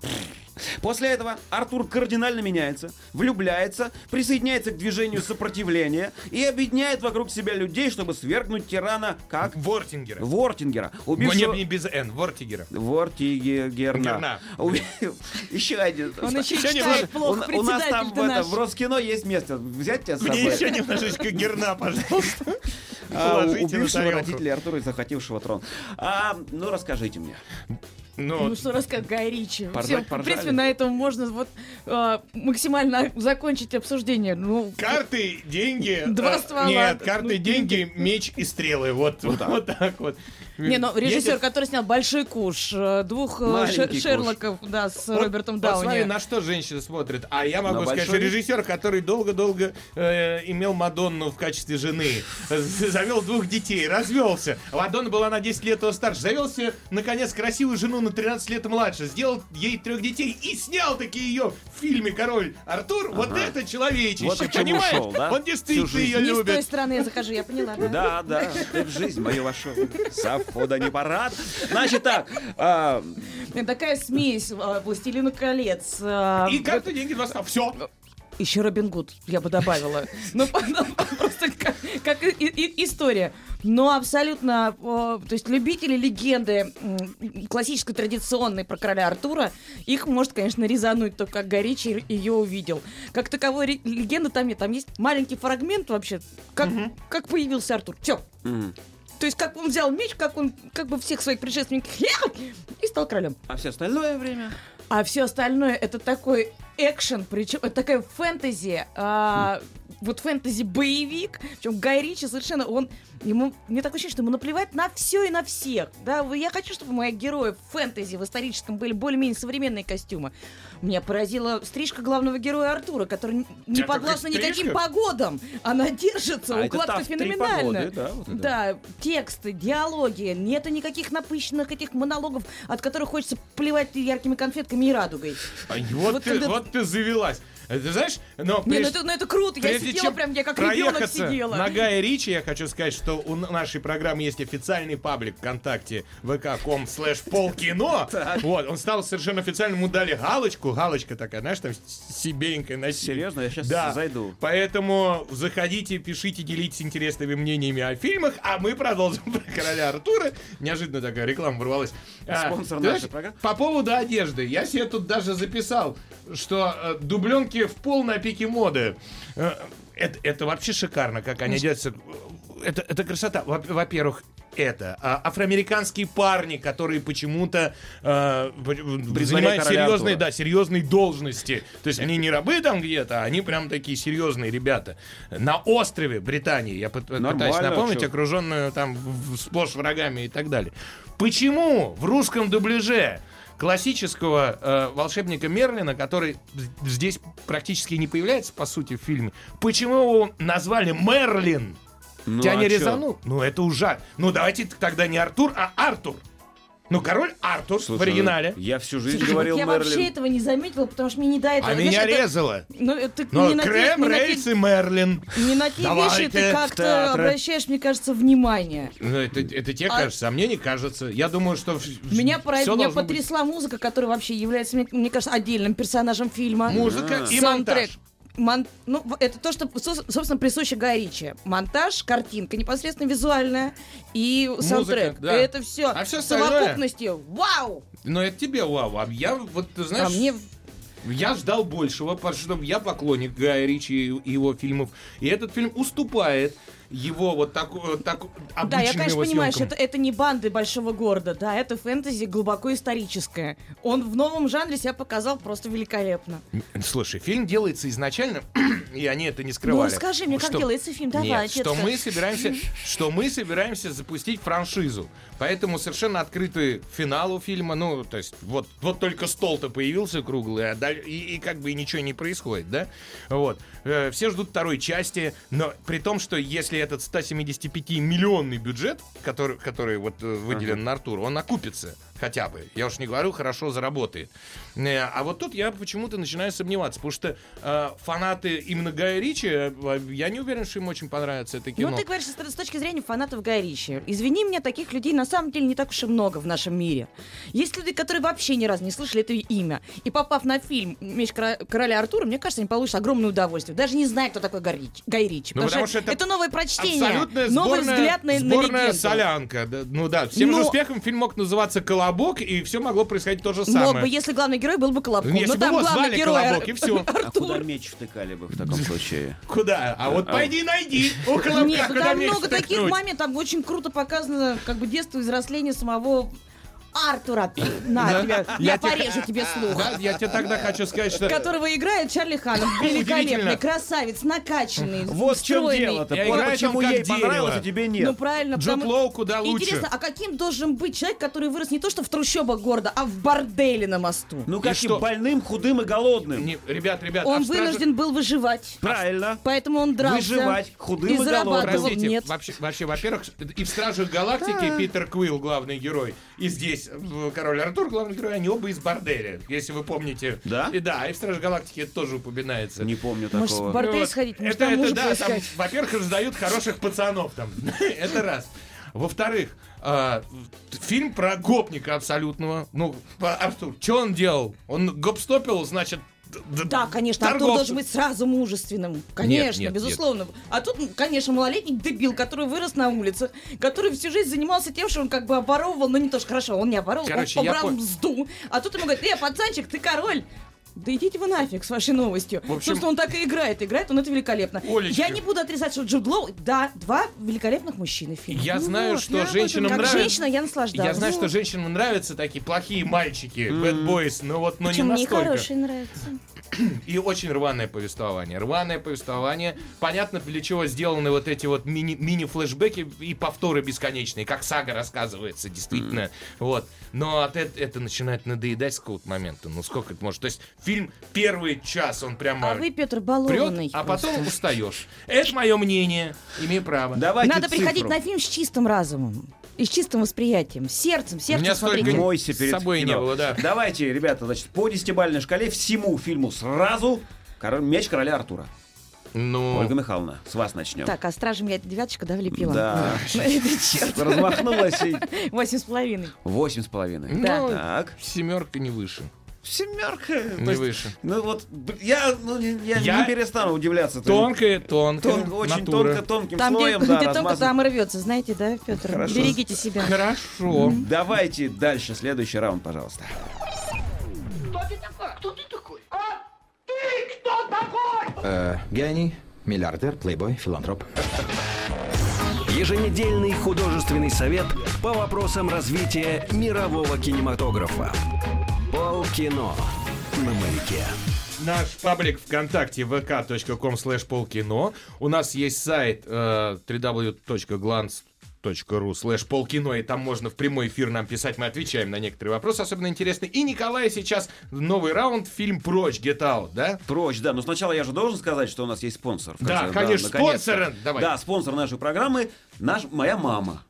B: После этого Артур кардинально меняется, влюбляется, присоединяется к движению сопротивления и объединяет вокруг себя людей, чтобы свергнуть тирана как
D: Вортингера.
B: Вортингера,
D: Ну,
B: убившего...
D: Не, не без Н, Вортигера.
B: Вортигерна.
D: Герна.
B: [LAUGHS] Еще один.
C: Он еще
B: Сегодня
C: читает
B: просто-
C: плохо,
B: у- У нас
C: председатель
B: там в
C: ты
B: этом,
C: наш.
B: в Роскино есть место. Взять тебя с собой. [LAUGHS]
D: немножечко герна, пожалуйста.
B: А, у-
D: Положите на
B: убившего
D: тарелку.
B: родителей Артура и захватившего трон. А, ну, расскажите мне.
D: Ну,
C: Ну что рассказать Гай Ричи.
B: Поржать
C: Всё, в
B: поржали.
C: принципе, на этом можно вот а, максимально закончить обсуждение. Ну,
D: карты, деньги.
C: Два
D: э,
C: ствола. Ну,
D: Нет, карты, деньги, меч и стрелы. Вот вот так вот.
C: не, ну режиссер,
D: Едет-
C: который снял большой куш, э, двух э,
B: Маленький
C: Шер-
B: куш.
C: Шерлоков, да, с
D: Вот
C: Робертом
D: посмотри,
C: Ну, Дауни.
D: на что женщины смотрят. А я могу
B: На
D: сказать, что
B: большой?
D: режиссер, который долго-долго э, имел Мадонну в качестве жены, [LAUGHS] э, завел двух детей, развелся. Мадонна была на 10 лет его старше. Завел себе, наконец, красивую жену на 13 лет младше. Сделал ей трех детей и снял таки ее в фильме «Король Артур». Вот это человечище,
B: Вот к чему
D: понимаешь?
B: шел, да?
D: Он
B: Всю
D: действительно
B: жизнь.
D: ее
C: Не с той
D: любит.
C: стороны я захожу, я поняла. да?
B: Да, да, ты в жизнь мою вошел. Совхода не парад. Значит так, а,
C: Такая смесь э, «Властелина колец». э,
D: И карты, деньги, два ста. Все.
C: Еще Робин Гуд, я бы добавила. Ну, [LAUGHS] просто как- как и- и- история. Но абсолютно, э, то есть любители легенды м, классической, традиционной про короля Артура, их может, конечно, резануть только как Горичи ее увидел. Как таковой ре- легенды там нет. Там есть маленький фрагмент вообще, как, как появился Артур. Все. То есть как он взял меч, как он как бы всех своих предшественников [LAUGHS] и стал королем.
B: а все остальное время?
C: А все остальное это такой экшен, причем это такая фэнтези. а, вот фэнтези-боевик, причем Гай Ричи совершенно, он, ему, мне такое ощущение, что ему наплевать на все и на всех, да, вы- я хочу, чтобы мои герои в фэнтези в историческом были более-менее современные костюмы. Меня поразила стрижка главного героя Артура, который н- не
D: Тебя такая
C: подвластна никаким
D: стрижка?
C: погодам, она держится,
B: А, это
C: укладка
B: та в три
C: феноменальная.
B: погоды, да, вот это.
C: Да, тексты, диалоги, нету никаких напыщенных этих монологов, от которых хочется плевать яркими конфетками и радугой.
D: А Вот,
C: Вот
D: ты,
C: когда-
D: вот ты завелась. Э, Ты знаешь, но
C: Не, ну
D: прежде-
C: это, ну это круто, я
D: Прежде
C: сидела
D: чем
C: прям, я как ребенок
D: проехаться
C: сидела.
D: На Гая Ричи я хочу сказать, что у нашей программы есть официальный паблик ВКонтакте vk.com
C: [LAUGHS]
D: slash полкино. Вот, он стал совершенно официальным, ему дали галочку. Галочка такая, знаешь, там с- сибенькая на
B: Серьезно? Я щас
D: да.
B: зайду.
D: Поэтому заходите, пишите, делитесь интересными мнениями о фильмах, а мы продолжим [LAUGHS] про короля Артура. Неожиданно такая реклама ворвалась. А,
B: Спонсор
D: ты
B: нашей
D: знаешь,
B: программы.
D: По поводу одежды. Я себе тут даже записал, что э, дубленки в пол на пике моды. Э, это, это вообще шикарно, как они одеваются. Это, это красота. Во- Во-первых, это а, афроамериканские парни, которые почему-то э, по- занимают
B: короля
D: серьезные,
B: Артура.
D: да, серьезные должности. То есть они не рабы там где-то, а они прям такие серьезные ребята. На острове Британии, я пыт- пытаюсь
B: Нормально,
D: напомнить,
B: чё.
D: окруженную там в- в- сплошь врагами и так далее. Почему в русском дубляже классического э, волшебника Мерлина, который з- здесь практически не появляется, по сути, в фильме, почему его назвали Мерлин?
B: Ну,
D: Тебя
B: а
D: не
B: чё?
D: резанул? Ну, это ужасно. Ну, давайте т- тогда не Артур, а Артур. Ну, король Артур в
B: Слушай,
D: оригинале.
B: ну, Я всю жизнь
C: Слушай,
B: говорил
C: вот я вообще
B: Мерлин.
C: этого не заметила, потому что мне не до этого.
D: А
C: Знаешь,
D: меня
C: это-
D: резало.
C: Ну, э, ты
D: Но
C: не на те-
D: Крем,
C: не на те-
D: Рельс и Мерлин.
C: Не на те вещи ты
D: Давайте
C: как-то
B: театры.
C: обращаешь, мне кажется, внимание.
D: Ну, это, это тебе
C: А-
D: кажется, а мне не кажется. Я думаю, что... в- в-
C: Меня, пора-
D: всё
C: меня
D: должно быть.
C: потрясла музыка, которая вообще является, мне, мне кажется, отдельным персонажем фильма.
D: Музыка и
C: Саундтрек.
D: монтаж.
C: Мон- Ну, в- это то, что, со- собственно, присуще Гай Ричи. Монтаж, картинка непосредственно визуальная и саундтрек.
D: да.
C: Это все
D: А всё остальное-
C: совокупностью. Вау!
D: Но это тебе вау. А я, вот, ты знаешь,
C: А мне
D: я ждал большего, потому что я поклонник Гая Ричи и его фильмов. И этот фильм уступает. его вот такую так, обычную
C: Да, я, конечно,
D: его
C: понимаю, что
D: съемкам.
C: это, это не банды большого города, да, это фэнтези глубоко историческое. Он в новом жанре себя показал просто великолепно.
D: Слушай, фильм делается изначально, [CLEARS THROAT] и они это не скрывали.
C: Ну, расскажи мне, как
D: что-
C: делается фильм, давай,
D: Нет,
C: детка.
D: что мы собираемся, что мы собираемся запустить франшизу, поэтому совершенно открытый финал у фильма, ну то есть вот вот только стол-то появился круглый, а даль- и, и как бы и ничего не происходит, да? Вот Э, все ждут второй части, но при том, что если этот 175 миллионный бюджет, который который вот э, выделен на Артур, он окупится хотя бы. Я уж не говорю, хорошо заработает. Э, А вот тут я почему-то начинаю сомневаться, потому что э, фанаты именно Гая Ричи, э, э, я не уверен, что им очень понравится это кино.
C: Ну, ты говоришь с, с точки зрения фанатов Гая Ричи. Извини меня, таких людей на самом деле не так уж и много в нашем мире. Есть люди, которые вообще ни разу не слышали это имя. И попав на фильм «Меч кра- короля Артура», мне кажется, они получат огромное удовольствие. Даже не знают, кто такой Гай Ричи. Гай Ричи,
D: Ну, потому что это
C: это новое прочтение,
D: Абсолютная
C: новый
D: сборная-
C: взгляд на, на
D: сборная
C: легенду.
D: солянка. Да, Ну да, с тем же
C: Ну-
D: успехом фильм мог называться «Колобок», и все могло происходить то же самое. Ну,
C: Мог бы, если главный герой был бы Колобком.
D: Если
C: но
D: бы
C: там
D: его
C: главный
D: звали
C: герой
D: Колобок, и всё.
B: А куда
C: Артур.
B: меч втыкали бы в таком случае?
D: Куда? А вот пойди найди у Колобка,
C: Нет, ну
D: куда Ну,
C: там
D: меч
C: много таких
D: воткнуть.
C: моментов, там очень круто показано как бы детство и взросление самого
D: [LAUGHS]
C: Артура.
D: Да.
C: На тебя,
D: Я
C: я
D: тебя-
C: порежу тебе слух.
D: Да, я тебе тогда хочу сказать, что...
C: Которого играет Чарли Ханов. Великолепный,
D: Э, Удивительно.
C: красавец, накачанный,
B: Вот в чем
C: стройный. Э,
B: дело-то.
D: Я
B: Вот
D: играю
B: почему
D: там как
B: ей понравилось,
D: дерево.
B: а тебе нет.
C: Ну правильно,
D: Джуд
C: потому-
D: Лоу куда лучше.
C: Интересно, а каким должен быть человек, который вырос не то что в трущобах города, а в борделе на мосту?
B: Ну как и
D: что?
B: больным, худым и голодным.
D: Не, ребят, ребят, а
C: Он
D: в страже-
C: вынужден был выживать.
B: Правильно.
C: Поэтому он дрался.
B: Выживать худым и
C: и
B: голодным.
C: зарабатывал.
D: Простите,
C: Нет. А.
D: вообще, вообще, во-первых, и в Стражах Галактики Питер Квилл главный герой, и здесь в Король Артур главный герой, они оба из борделя, если вы помните.
B: Да?
D: И да, и в Стражах Галактики это тоже упоминается.
B: Не помню
C: Может, в
B: такого.
C: бордель
D: Вот.
C: сходить? Может,
D: Это,
C: там
D: это
C: мужа
D: да,
C: поискать?
D: там, во-первых, раздают хороших пацанов там. [LAUGHS] это раз. Во-вторых, а, т- фильм про гопника абсолютного. Ну, по- Артур, что он делал? Он гопстопил, значит, д- д-
C: Да, конечно, Артур
D: торговцу.
C: должен быть сразу мужественным. Конечно,
D: нет, нет.
C: безусловно. А тут, ну, конечно, малолетний дебил, который вырос на улице, который всю жизнь занимался тем, что он как бы оборовывал, ну не то, что хорошо, он не оборовывал,
D: Короче,
C: он
D: я
C: побрал
D: пон-
C: мзду. А тут ему говорят, э, пацанчик, ты король. Да идите вы нафиг с вашей новостью.
D: В общем-
C: Потому что он так и играет, играет он это великолепно.
D: Олечка.
C: Я не буду отрицать, что Джуд Лоу, да, два великолепных мужчины в фильме.
D: Я
C: Ну
D: знаю,
C: вот,
D: что
C: я об этом Ну,
D: женщинам
C: Как
D: нравится.
C: женщина я наслаждалась.
D: Я знаю, что
C: Вот.
D: женщинам нравятся такие плохие мальчики, bad boys, но вот, но не
J: Почему мне
D: настолько.
J: хорошие нравятся?
D: И очень рваное повествование. Рваное повествование. Понятно, для чего сделаны вот эти вот мини- мини-флешбеки и повторы бесконечные, как сага рассказывается, действительно. Вот. Но от эт- это, начинает надоедать с какого-то момента. Ну сколько это может? То есть фильм первый час, он прямо
C: А вы, Петр,
D: прет,
C: балованный.
D: а потом устаешь. Это мое мнение. Имею право.
B: Давайте
C: Надо приходить
B: цифру.
C: на фильм с чистым разумом и с чистым восприятием, с сердцем,
D: У
C: сердцем
D: меня столько
C: смотрите.
B: Мойся перед
D: с собой
B: кино.
D: не было, да.
B: Давайте, ребята, значит, по десятибалльной шкале всему фильму сразу Король- меч короля Артура.
D: Ну,
B: Ольга Михайловна, с вас начнем.
C: Так, а стражем я девяточка, да, влепила?
B: [LAUGHS] Да.
C: Это черт.
B: Размахнулась и
C: [LAUGHS] Восемь с половиной.
B: восемь с половиной.
D: ну,
B: Так.
D: семерка не выше.
B: Семерка.
D: Не выше.
B: Ну вот, б- я, ну, не- я,
D: Я-
B: не перестану удивляться. этому.
D: Тонкая, тонкая.
B: Тон- очень
D: натура.
B: тонко, тонким
C: Там, где,
B: слоем, да,
C: где тонко,
B: размазан.
C: там и рвется, знаете, да, Петр?
B: Хорошо.
C: Берегите себя.
D: Хорошо.
B: Давайте дальше, следующий раунд, пожалуйста.
H: Э, гений, миллиардер, плейбой, филантроп.
A: Еженедельный художественный совет по вопросам развития мирового кинематографа. Полкино на маяке.
D: Наш паблик ВКонтакте vk.com slash полкино. У нас есть сайт э, www.glance.ru slash полкино, и там можно в прямой эфир нам писать, мы отвечаем на некоторые вопросы, особенно интересные. И Николай сейчас новый раунд, фильм «Прочь, Get Out», да?
B: Прочь, да. Но сначала я же должен сказать, что у нас есть спонсор. в
D: Да,
B: конце,
D: конечно,
B: наконец-то.
D: спонсор, давай.
B: Да, спонсор нашей программы наш, моя мама.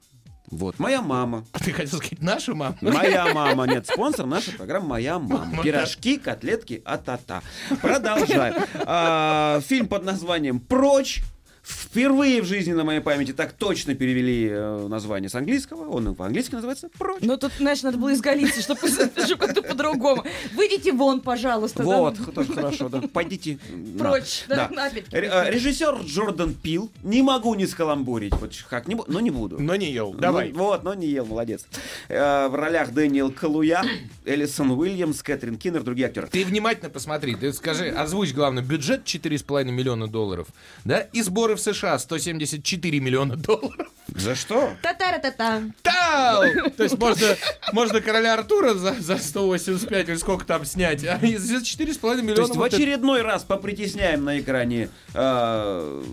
B: Вот, моя мама.
D: А ты хотел сказать «наша мама»?
B: Моя мама. Нет, спонсор нашей программы «Моя мама».
D: Вот
B: Пирожки, котлетки, а-та-та. Продолжаем. А, Фильм под названием «Прочь». Впервые в жизни на моей памяти так точно перевели э, название с английского. Он и по-английски называется «Прочь».
C: Ну, тут, знаешь, надо было из Галиции, чтобы, [LAUGHS] чтобы как-то по-другому. Выйдите вон, пожалуйста. да.
B: Вот, х- тоже хорошо, да. Пойдите. на.
C: ну. Прочь, да, на пятки
B: Ре-
C: пойдите.
B: э, Режиссер Джордан Пил. Не могу не скаламбурить, вот как не бу- но не буду.
D: Но не ел. Давай.
B: Ну, вот, но не ел, молодец. Э, в ролях Дэниел Калуя, Элисон Уильямс, Кэтрин Киннер, другие актеры.
D: Ты внимательно посмотри, ты скажи, озвучь главное, бюджет 4,5 миллиона долларов, да, и сборы в США 174 миллиона долларов.
B: За что?
C: Та-та-ра-та-та. А
D: Тау! То есть можно, можно короля Артура за, за 185 или сколько там снять, а из- за 4,5 миллиона...
B: То есть в
D: вот это-
B: очередной раз попритесняем на экране. э,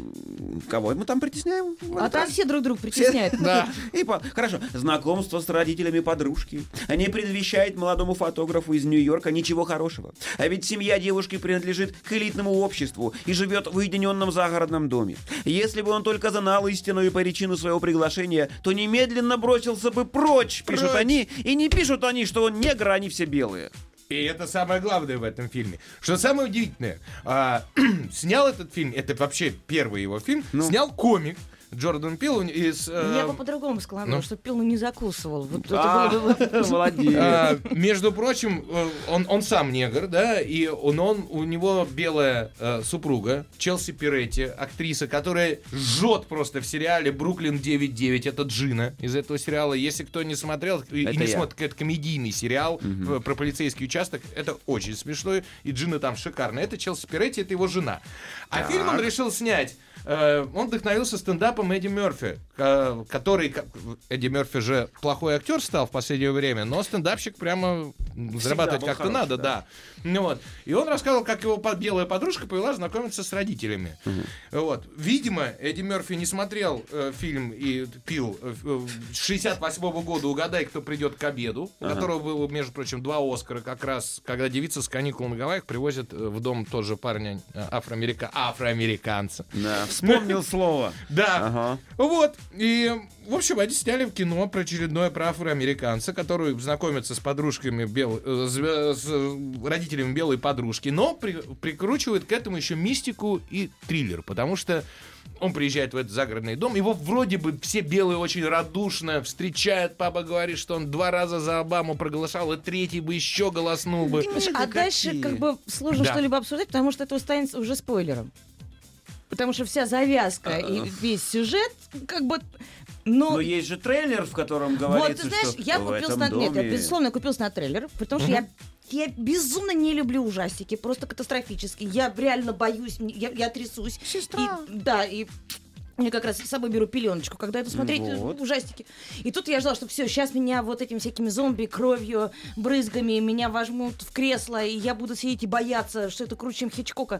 B: Кого мы там притесняем? В
C: А
B: этот
C: там
B: раз?
C: все друг друга [LAUGHS] притесняют.
B: [LAUGHS] Да. И по- Хорошо. Знакомство с родителями подружки не предвещает молодому фотографу из Нью-Йорка ничего хорошего. А ведь семья девушки принадлежит к элитному обществу и живет в уединенном загородном доме. Если бы он только знал истинную причину своего приглашения, то немедленно бросился бы прочь, пишут они. И не пишут они, что он негр, а они все белые.
D: И это самое главное в этом фильме. Что самое удивительное, а, [CLEARS THROAT] снял этот фильм, это вообще первый его фильм,
B: Ну.
D: снял комик Джордан Пил из... э,
C: Я бы по-другому сказала,
D: ну.
C: что пил, но не закусывал. Вот это
B: А,
C: было бы-
B: Молодец.
D: А, между прочим, э, он, он сам негр, да, и он, он- у него белая э, супруга, Челси Пиретти, актриса, которая жжет просто в сериале «Бруклин 9.9». Это Джина из этого сериала. Если кто не смотрел и, и
B: Это
D: не
B: я.
D: смотрит, это комедийный сериал э, про полицейский участок, это очень смешно, и Джина там шикарная. Это Челси Пиретти, это его жена. А фильм он решил снять. Э, Он вдохновился стендапом Эдди Мерфи, э, который... как- Эдди Мерфи же плохой актер стал в последнее время, но стендапщик прямо зарабатывать
B: был
D: как-то
B: хорош,
D: надо,
B: да.
D: да. Ну вот. И он рассказывал, как его под- белая подружка повела знакомиться с родителями. Вот. Видимо, Эдди Мерфи не смотрел э, фильм и пил э, ф- э, 68-го года «Угадай, кто придет к обеду», у которого было, между прочим, два «Оскара», как раз, когда девица с каникул на Гавайях привозит э, в дом тоже парня э, афроамерика... афроамериканца.
B: [LAUGHS] Да, Вспомнил слово.
D: Да.
B: Ага.
D: Вот. И, в общем, они сняли в кино про очередное про афроамериканца, который знакомится с подружками бел... э, с, э, с, э, родителями белой подружки, но при- прикручивает к этому еще мистику и триллер, потому что он приезжает в этот загородный дом, его вроде бы все белые очень радушно встречают, папа говорит, что он два раза за Обаму проголосовал, и третий бы еще голоснул бы.
C: Понимаешь, а дальше как бы сложно
D: Да.
C: что-либо обсуждать, потому что это станет уже спойлером. Потому что вся завязка и весь сюжет, как бы, но...
B: Но Ну, есть же трейлер, в котором
C: вот,
B: говорится,
C: ты знаешь,
B: что
C: я
B: в
C: купилась
B: этом
C: на... Нет, я,
B: доме-
C: безусловно, купилась на трейлер, потому что я я безумно не люблю ужастики, просто катастрофически. Я реально боюсь, мне- я, я трясусь. Сестра. да, и я как раз с собой беру пеленочку, когда иду смотреть э,
B: Вот.
C: ужастики. И тут я ждала, что все, сейчас меня вот этими всякими зомби, кровью, брызгами, меня возьмут в кресло, и я буду сидеть и бояться, что это круче, чем Хичкока.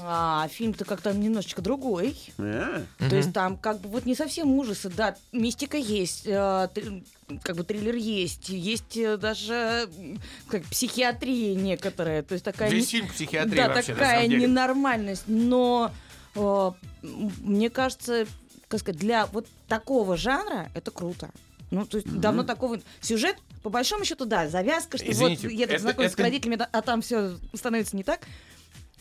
C: А фильм-то как-то немножечко другой.
B: А,
C: То есть там как бы вот не совсем ужасы, да, мистика есть, э, тр- как бы триллер есть, есть э, даже м, как психиатрия некоторая, то есть такая...
D: Весь
C: не-
D: фильм психиатрия
C: да,
D: вообще, на
C: такая
D: самом деле.
C: ненормальность, но э, м, мне кажется, как сказать, для вот такого жанра это круто. Ну, то есть давно такого... Сюжет, по большому счету, да, завязка, что
D: Извините,
C: вот едут
D: это-
C: знакомиться
D: это-
C: с родителями, да, а там все становится не так.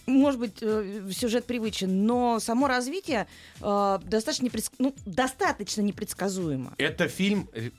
C: Может быть, э, сюжет привычен, но само развитие э, достаточно, непредс- ну, достаточно непредсказуемо.
D: Это фильм, э,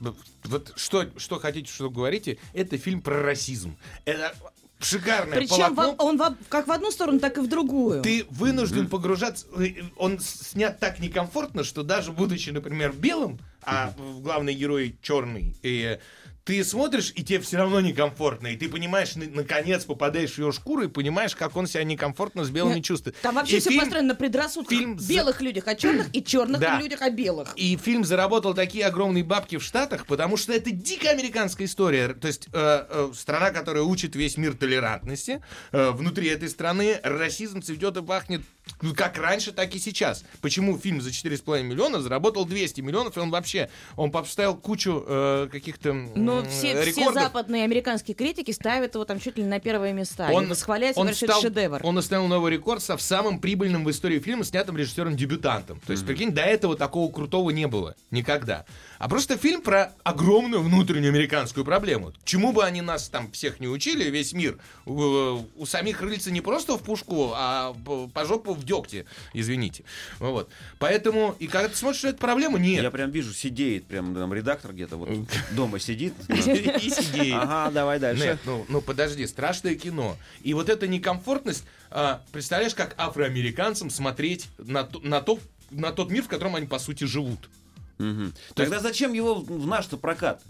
D: вот что, что хотите, что говорите, это фильм про расизм. Это шикарное
C: Причем
D: полотно.
C: во- он во- как в одну сторону, так и в другую.
D: Ты вынужден погружаться. э, Он с- снят так некомфортно, что даже будучи, например, белым, а главный герой черный, и ты смотришь, и тебе все равно некомфортно. И ты понимаешь, на- наконец попадаешь в его шкуру и понимаешь, как он себя некомфортно с белыми
C: Нет,
D: чувствует.
C: Э, Там вообще
D: И
C: все
D: фильм-
C: построено на предрассудках.
D: фильм за-
C: белых людях о черных и черных
D: Да.
C: людях о белых.
D: И фильм заработал такие огромные бабки в Штатах, потому что это дико американская история. То есть э, э, страна, которая учит весь мир толерантности. Э, внутри этой страны расизм цветет и пахнет ну, как раньше, так и сейчас. Почему фильм за 4,5 миллиона заработал 200 миллионов, и он вообще, он поставил кучу э, каких-то м,
C: Но
D: э,
C: Ну, все, все
D: рекордов.
C: западные американские критики ставят его там чуть ли не на первые места. Он,
D: Он-
C: и восхваляется,
D: он
C: говорят,
D: стал-
C: что это шедевр.
D: Он установил новый рекорд со в самым прибыльным в истории фильма, снятым режиссером-дебютантом. То есть, прикинь, до этого такого крутого не было. Никогда. А просто фильм про огромную внутреннюю американскую проблему. Чему бы они нас там всех не учили, весь мир, э, у самих рыльца не просто в пушку, а по по жопу в дегте, извините. Вот. Поэтому, и когда ты смотришь на эту проблему, нет.
B: ну,
C: [LAUGHS]
B: Я прям вижу, сидеет прям там редактор где-то вот дома сидит,
D: И сидеет.
B: Ага, давай дальше.
D: Нет, ну, ну подожди, страшное кино. И вот эта некомфортность, а, представляешь, как афроамериканцам смотреть на, то- на, то, на тот мир, в котором они, по сути, живут.
B: Тогда зачем его в в наш-то прокат?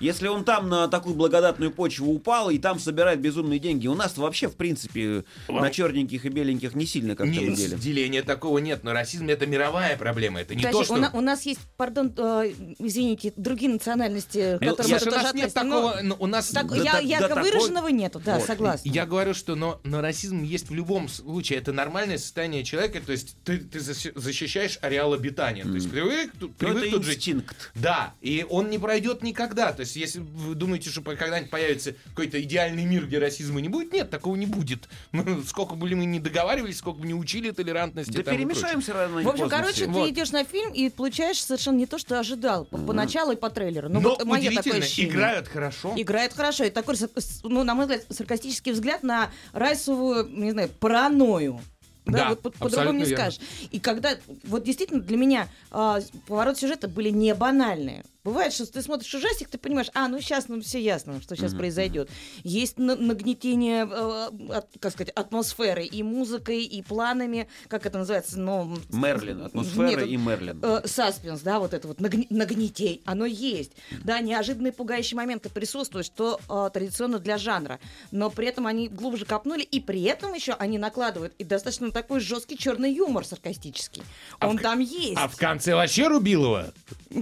B: Если он там на такую благодатную почву упал и там собирает безумные деньги, у нас вообще, в принципе, на черненьких и беленьких не сильно как-то мы
D: Нет,
B: делим.
D: деления такого нет, но расизм это мировая проблема, это не
C: Подожди,
D: то, что...
C: у, на- у нас есть, пардон, э, извините, другие национальности, к
D: Ну,
C: которым
D: Саша,
C: это
D: у нас
C: тоже
D: нет
C: относится, но
D: такого, ну, у нас...
C: так-
B: Да
C: я-
B: так-
C: ярко
B: да такой-
C: выраженного нету, да,
D: Вот.
C: согласна.
D: Я говорю, что но, но расизм есть в любом случае. Это нормальное состояние человека. То есть ты, ты защи- защищаешь ареал обитания. То есть привык, ту-
B: Ну,
D: привык
B: это
D: тут жить.
B: инстинкт.
D: Да, и он не пройдет никогда. То есть, если вы думаете, что когда-нибудь появится какой-то идеальный мир, где расизма не будет, нет, такого не будет. [LAUGHS] Ну, сколько бы мы не договаривались, сколько бы не учили толерантности.
B: Да
D: там и
B: перемешаемся рано или
C: В общем,
B: поздно
C: короче,
B: все.
C: ты
D: Вот.
C: идешь на фильм и получаешь совершенно не то, что ожидал по, по началу и по трейлеру. Ну, вот
D: прочее. Но
C: мое такое
D: удивительно,
C: ощущение.
D: играют хорошо.
C: Играет хорошо. И такой, сар- с- ну, на мой взгляд, саркастический взгляд на райсовую, не знаю, паранойю. Да,
D: Да,
C: вот по- по-другому
D: абсолютно
C: не
D: верно.
C: скажешь. И когда, вот действительно для меня а, с- поворот сюжета были не банальные. Бывает, что ты смотришь ужастик, ты понимаешь, а, ну сейчас нам все ясно, что сейчас произойдет. Есть на- нагнетение, э, от- как сказать, атмосферы и музыкой, и планами, как это называется, ну...
B: Мерлин, атмосфера
C: нет,
B: и Мерлин.
C: э, саспенс, да, вот это вот нагни- нагнетей, оно есть. Да, неожиданные пугающие моменты присутствуют, что э, традиционно для жанра. Но при этом они глубже копнули, и при этом еще они накладывают и достаточно такой жесткий черный юмор саркастический. Он там есть.
D: А в конце вообще Рубилова?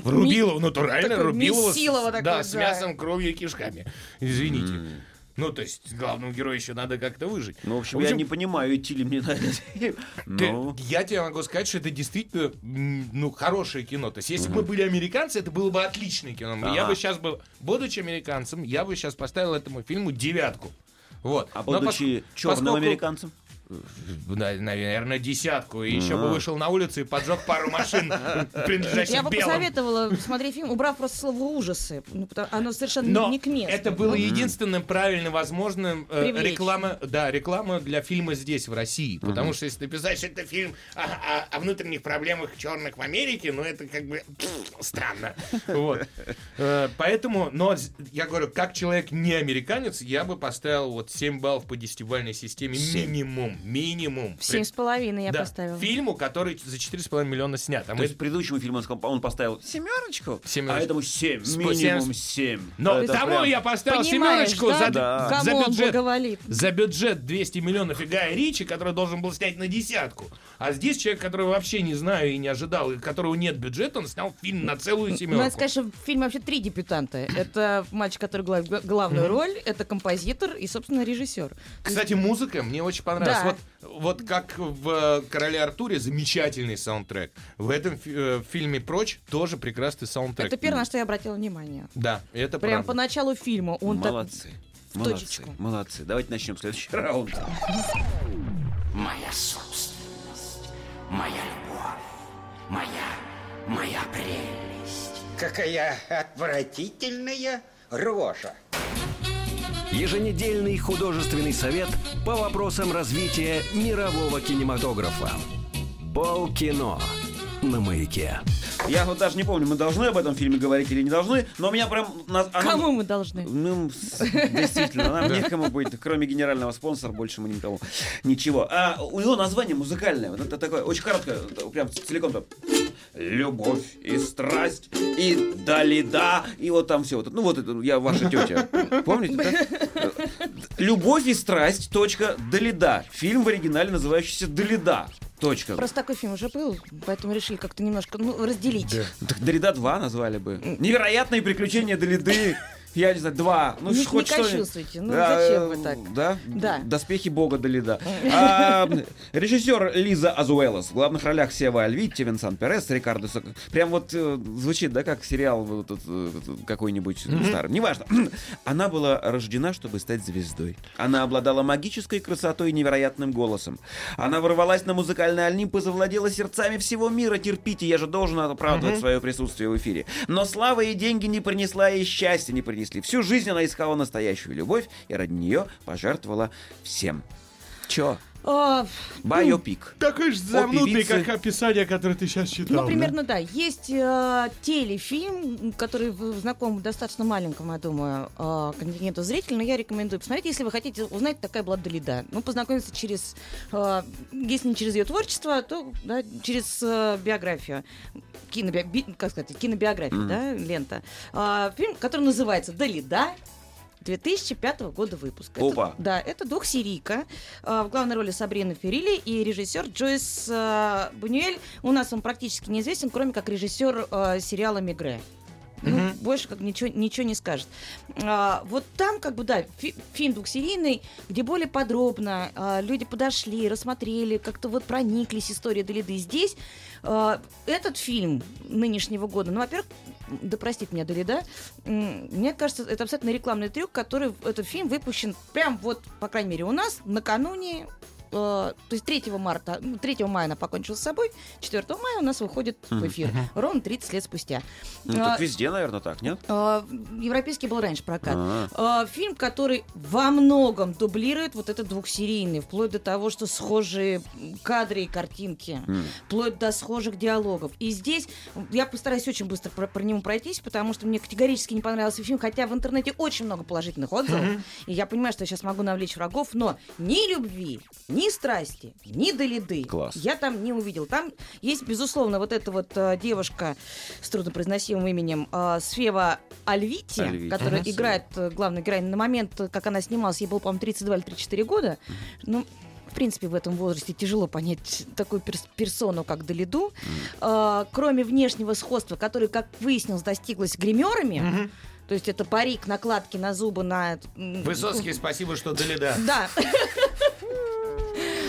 D: Рубилова, натурально
C: такой
D: Рубилова. с-
C: Месилова такой,
D: да, с
C: да.
D: мясом, кровью и кишками. Извините. Ну, то есть, главному герою еще надо как-то выжить.
B: Ну, в общем, я не понимаю, идти ли мне на это.
D: Ты-
B: Ну,
D: Я тебе могу сказать, что это действительно м, ну, хорошее кино. То есть, если бы мы были американцы, это было бы отличное кино. Я
B: Ага.
D: бы сейчас был, будучи американцем, я бы сейчас поставил этому фильму девятку. Вот.
B: а
D: Но
B: будучи
D: поск-
B: черным
D: Ну, поскольку-
B: американцем?
D: Да, Наверное, десятку. И еще бы вышел на улицу и поджег пару машин, [LAUGHS]
C: Я
D: принадлежащих
C: бы
D: белым.
C: посоветовала смотреть фильм, убрав просто слово ужасы. Ну, потому- оно совершенно
D: Но
C: не к месту.
D: это было единственным правильно возможным э,
C: Привлечь.
D: реклама, да, реклама для фильма здесь, в России. Потому что если ты писаешь, это фильм о, о- о внутренних проблемах черных в Америке, ну это как бы пф,
B: [LAUGHS]
D: странно. Вот. Э, Поэтому, но з- я говорю, как человек не американец, я бы поставил вот 7 баллов по десятибальной системе минимум. Минимум.
C: В семь с половиной я
D: Да,
C: поставила.
D: Фильму, который за 4,5 миллиона снят. А
B: То
D: мы
B: есть предыдущему фильму он сказал- он поставил семерочку, а
D: Семерочку.
B: этому семь,
D: Спо-
B: минимум семь.
D: Но
B: Это
D: тому
B: прям-
D: я поставил
C: Понимаешь,
D: семерочку
C: да?
D: за,
B: Да.
D: за
C: Кому он
D: бюджет.
C: благоволит?
D: За бюджет 200 миллионов и Гая Ричи, который должен был снять на десятку. А здесь человек, которого вообще не знаю и не ожидал, и которого нет бюджета, он снял фильм на целую семерку.
C: Надо сказать, что в фильме вообще три депутанта. Это мальчик, который играет гла- главную роль, это композитор и, собственно, режиссер.
D: Кстати, музыка мне очень понравилась.
C: Да.
D: Вот, вот как в э, «Короле Артуре» замечательный саундтрек. В этом фи- э, фильме «Прочь» тоже прекрасный саундтрек.
C: Это первое, на что я обратила внимание.
D: Да, это
C: Прям по
D: правда.
C: началу фильма он так-
B: Молодцы.
C: в
B: Молодцы,
C: точечку.
B: молодцы. Давайте начнем следующий раунд.
I: Моя собственность, моя любовь, моя, моя прелесть.
J: Какая отвратительная рожа.
A: Еженедельный художественный совет по вопросам развития мирового кинематографа. Полкино на маяке.
B: Я вот даже не помню, мы должны об этом фильме говорить или не должны, но у меня прям... на- оно-
C: Кому мы должны?
B: Ну, с- действительно, нам некому будет, кроме генерального спонсора, больше мы никому. Ничего. А у него название музыкальное, вот это такое, очень короткое, вот э, прям целиком там. Любовь и страсть, и дали да, и вот там все. Вот, это. ну вот это, я ваша тетя. Помните, да? Любовь и страсть, точка, далида. Фильм в оригинале называющийся далида. Точка.
C: Просто такой фильм уже был, поэтому решили как-то немножко ну, разделить.
B: Так Далида 2 назвали бы. Невероятные приключения Далиды. Я не знаю, два. Ну,
C: Не-
B: ж хоть
C: не
B: что-нибудь.
C: кощунствуйте, ну,
B: Да,
C: зачем вы
B: э,
C: так?
B: Да?
C: Да.
B: Доспехи бога Далида. А, Режиссер Лиза Азуэлос. В главных ролях Сева Альвитти, Винсан Перес, Рикардо Сок... Прям вот э, звучит, да, как сериал вот этот, э, какой-нибудь старый. Неважно. [CLEARS THROAT] Она была рождена, чтобы стать звездой. Она обладала магической красотой и невероятным голосом. Она ворвалась на музыкальный Олимп и завладела сердцами всего мира. Терпите, я же должен оправдывать свое присутствие в эфире. Но слава и деньги не принесла, и счастье не принесли. Всю жизнь она искала настоящую любовь и ради нее пожертвовала всем. Чё?
C: А,
B: Байопик.
D: Такой же
B: замнутый, как
D: описание, которое ты сейчас читал.
C: Ну, примерно, да. Есть э, телефильм, который в- знаком достаточно маленькому, я думаю, э, контингенту зрителей, но я рекомендую посмотреть, если вы хотите узнать, такая была Долида. Ну, познакомиться через, э, если не через ее творчество, то да, через э, биографию. Киноби- би- как сказать, кинобиография, да, лента. Э, фильм, который называется «Долида», 2005 года выпуска. Это-
B: Опа.
C: да, это двухсерийка. А, В главной роли Сабрина Ферили и режиссер Джойс а, Бунюэль. У нас он практически неизвестен, кроме как режиссер а, сериала «Мегре». Ну, больше как ничего, ничего не скажет. А, вот там, как бы, да, фи- фильм двухсерийный, где более подробно а, люди подошли, рассмотрели, как-то вот прониклись историей Долиды. Здесь а, этот фильм нынешнего года, ну, во-первых, да простит меня Долида, м, мне кажется, это абсолютно рекламный трюк, который в- этот фильм выпущен прям вот, по крайней мере, у нас накануне э, то есть 3 марта, ну, 3 мая она покончила с собой, 4 мая у нас выходит в эфир, ровно 30 лет спустя.
B: Ну,
C: А,
B: тут везде, наверное, так, нет?
C: а, Европейский был раньше прокат.
B: А.
C: А, Фильм, который во многом дублирует вот этот двухсерийный, вплоть до того, что схожие м, кадры и картинки, вплоть до схожих диалогов. И здесь я постараюсь очень быстро про, про него пройтись, потому что мне категорически не понравился фильм, хотя в интернете очень много положительных отзывов, и я понимаю, что я сейчас могу навлечь врагов, но ни любви, ни страсти, ни долиды
B: Класс.
C: я там не увидел. Там есть, безусловно, вот эта вот э, девушка с труднопроизносимым именем э, Свева Альвити,
B: Альвити.
C: которая
B: Ага,
C: играет э, главную героиню. На момент, э, как она снималась, ей было, по-моему, 32 или 34 года. Ну, в принципе, в этом возрасте тяжело понять такую перс- персону, как Долиду. Э, кроме внешнего сходства, которое, как выяснилось, достиглось гримерами, то есть это парик, накладки на зубы, на... м,
D: Высоцкий, спасибо, что дали, да.
C: да.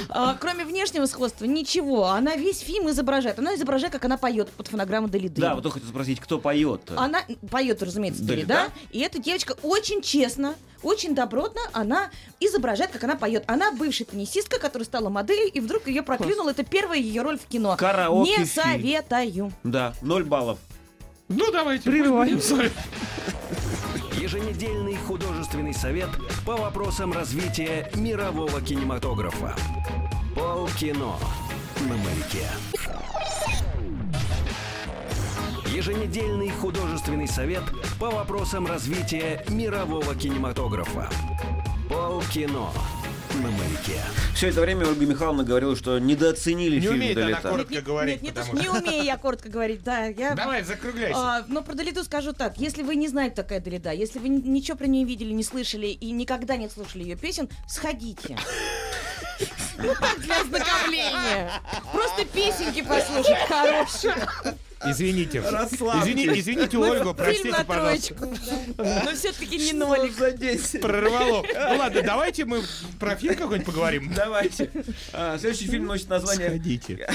C: А, Кроме внешнего сходства, ничего. Она весь фильм изображает. Она изображает, как она поет под фонограмму Долиды.
B: Да, вот только хотел спросить, кто поет-то?
C: Она поет, разумеется,
B: Да,
C: Долида.
B: да.
C: И эта девочка очень честно, очень добротно она изображает, как она поет. Она бывшая теннисистка, которая стала моделью, и вдруг ее проклюнула. Это первая ее роль в кино.
B: Караоке
C: Не
B: фильм.
C: советую.
B: Да, ноль баллов.
D: Ну, давайте. Прерываемся.
A: Еженедельный художественный совет по вопросам развития мирового кинематографа. Полкино на маяке. Еженедельный художественный совет по вопросам развития мирового кинематографа. Полкино на маяке.
B: Все это время Ольга Михайловна говорила, что недооценили
D: Не
B: фильм
D: умеет она
B: «Долета».
D: коротко
C: Нет,
D: говорить,
C: не, то,
D: потому
C: что не умею я коротко говорить. Да, я...
D: Давай, закругляйся.
C: А, но про Долиду скажу так. Если вы не знаете, такая Долида, если вы ни- ничего про нее видели, не слышали и никогда не слушали ее песен,
D: [LAUGHS]
C: сходите. Ну так, для ознакомления. Просто песенки послушать хорошие.
D: Извините.
B: Расслабьтесь.
D: Извини- Извините, Ольгу,
C: Ну, Фильм
D: простите,
C: на
D: пожалуйста.
C: троечку. да. Но все-таки не нолик.
B: за 10.
D: Прорвало. Ну ладно, давайте мы про фильм какой-нибудь поговорим.
B: Давайте. А, Следующий фильм носит название
D: Сходите.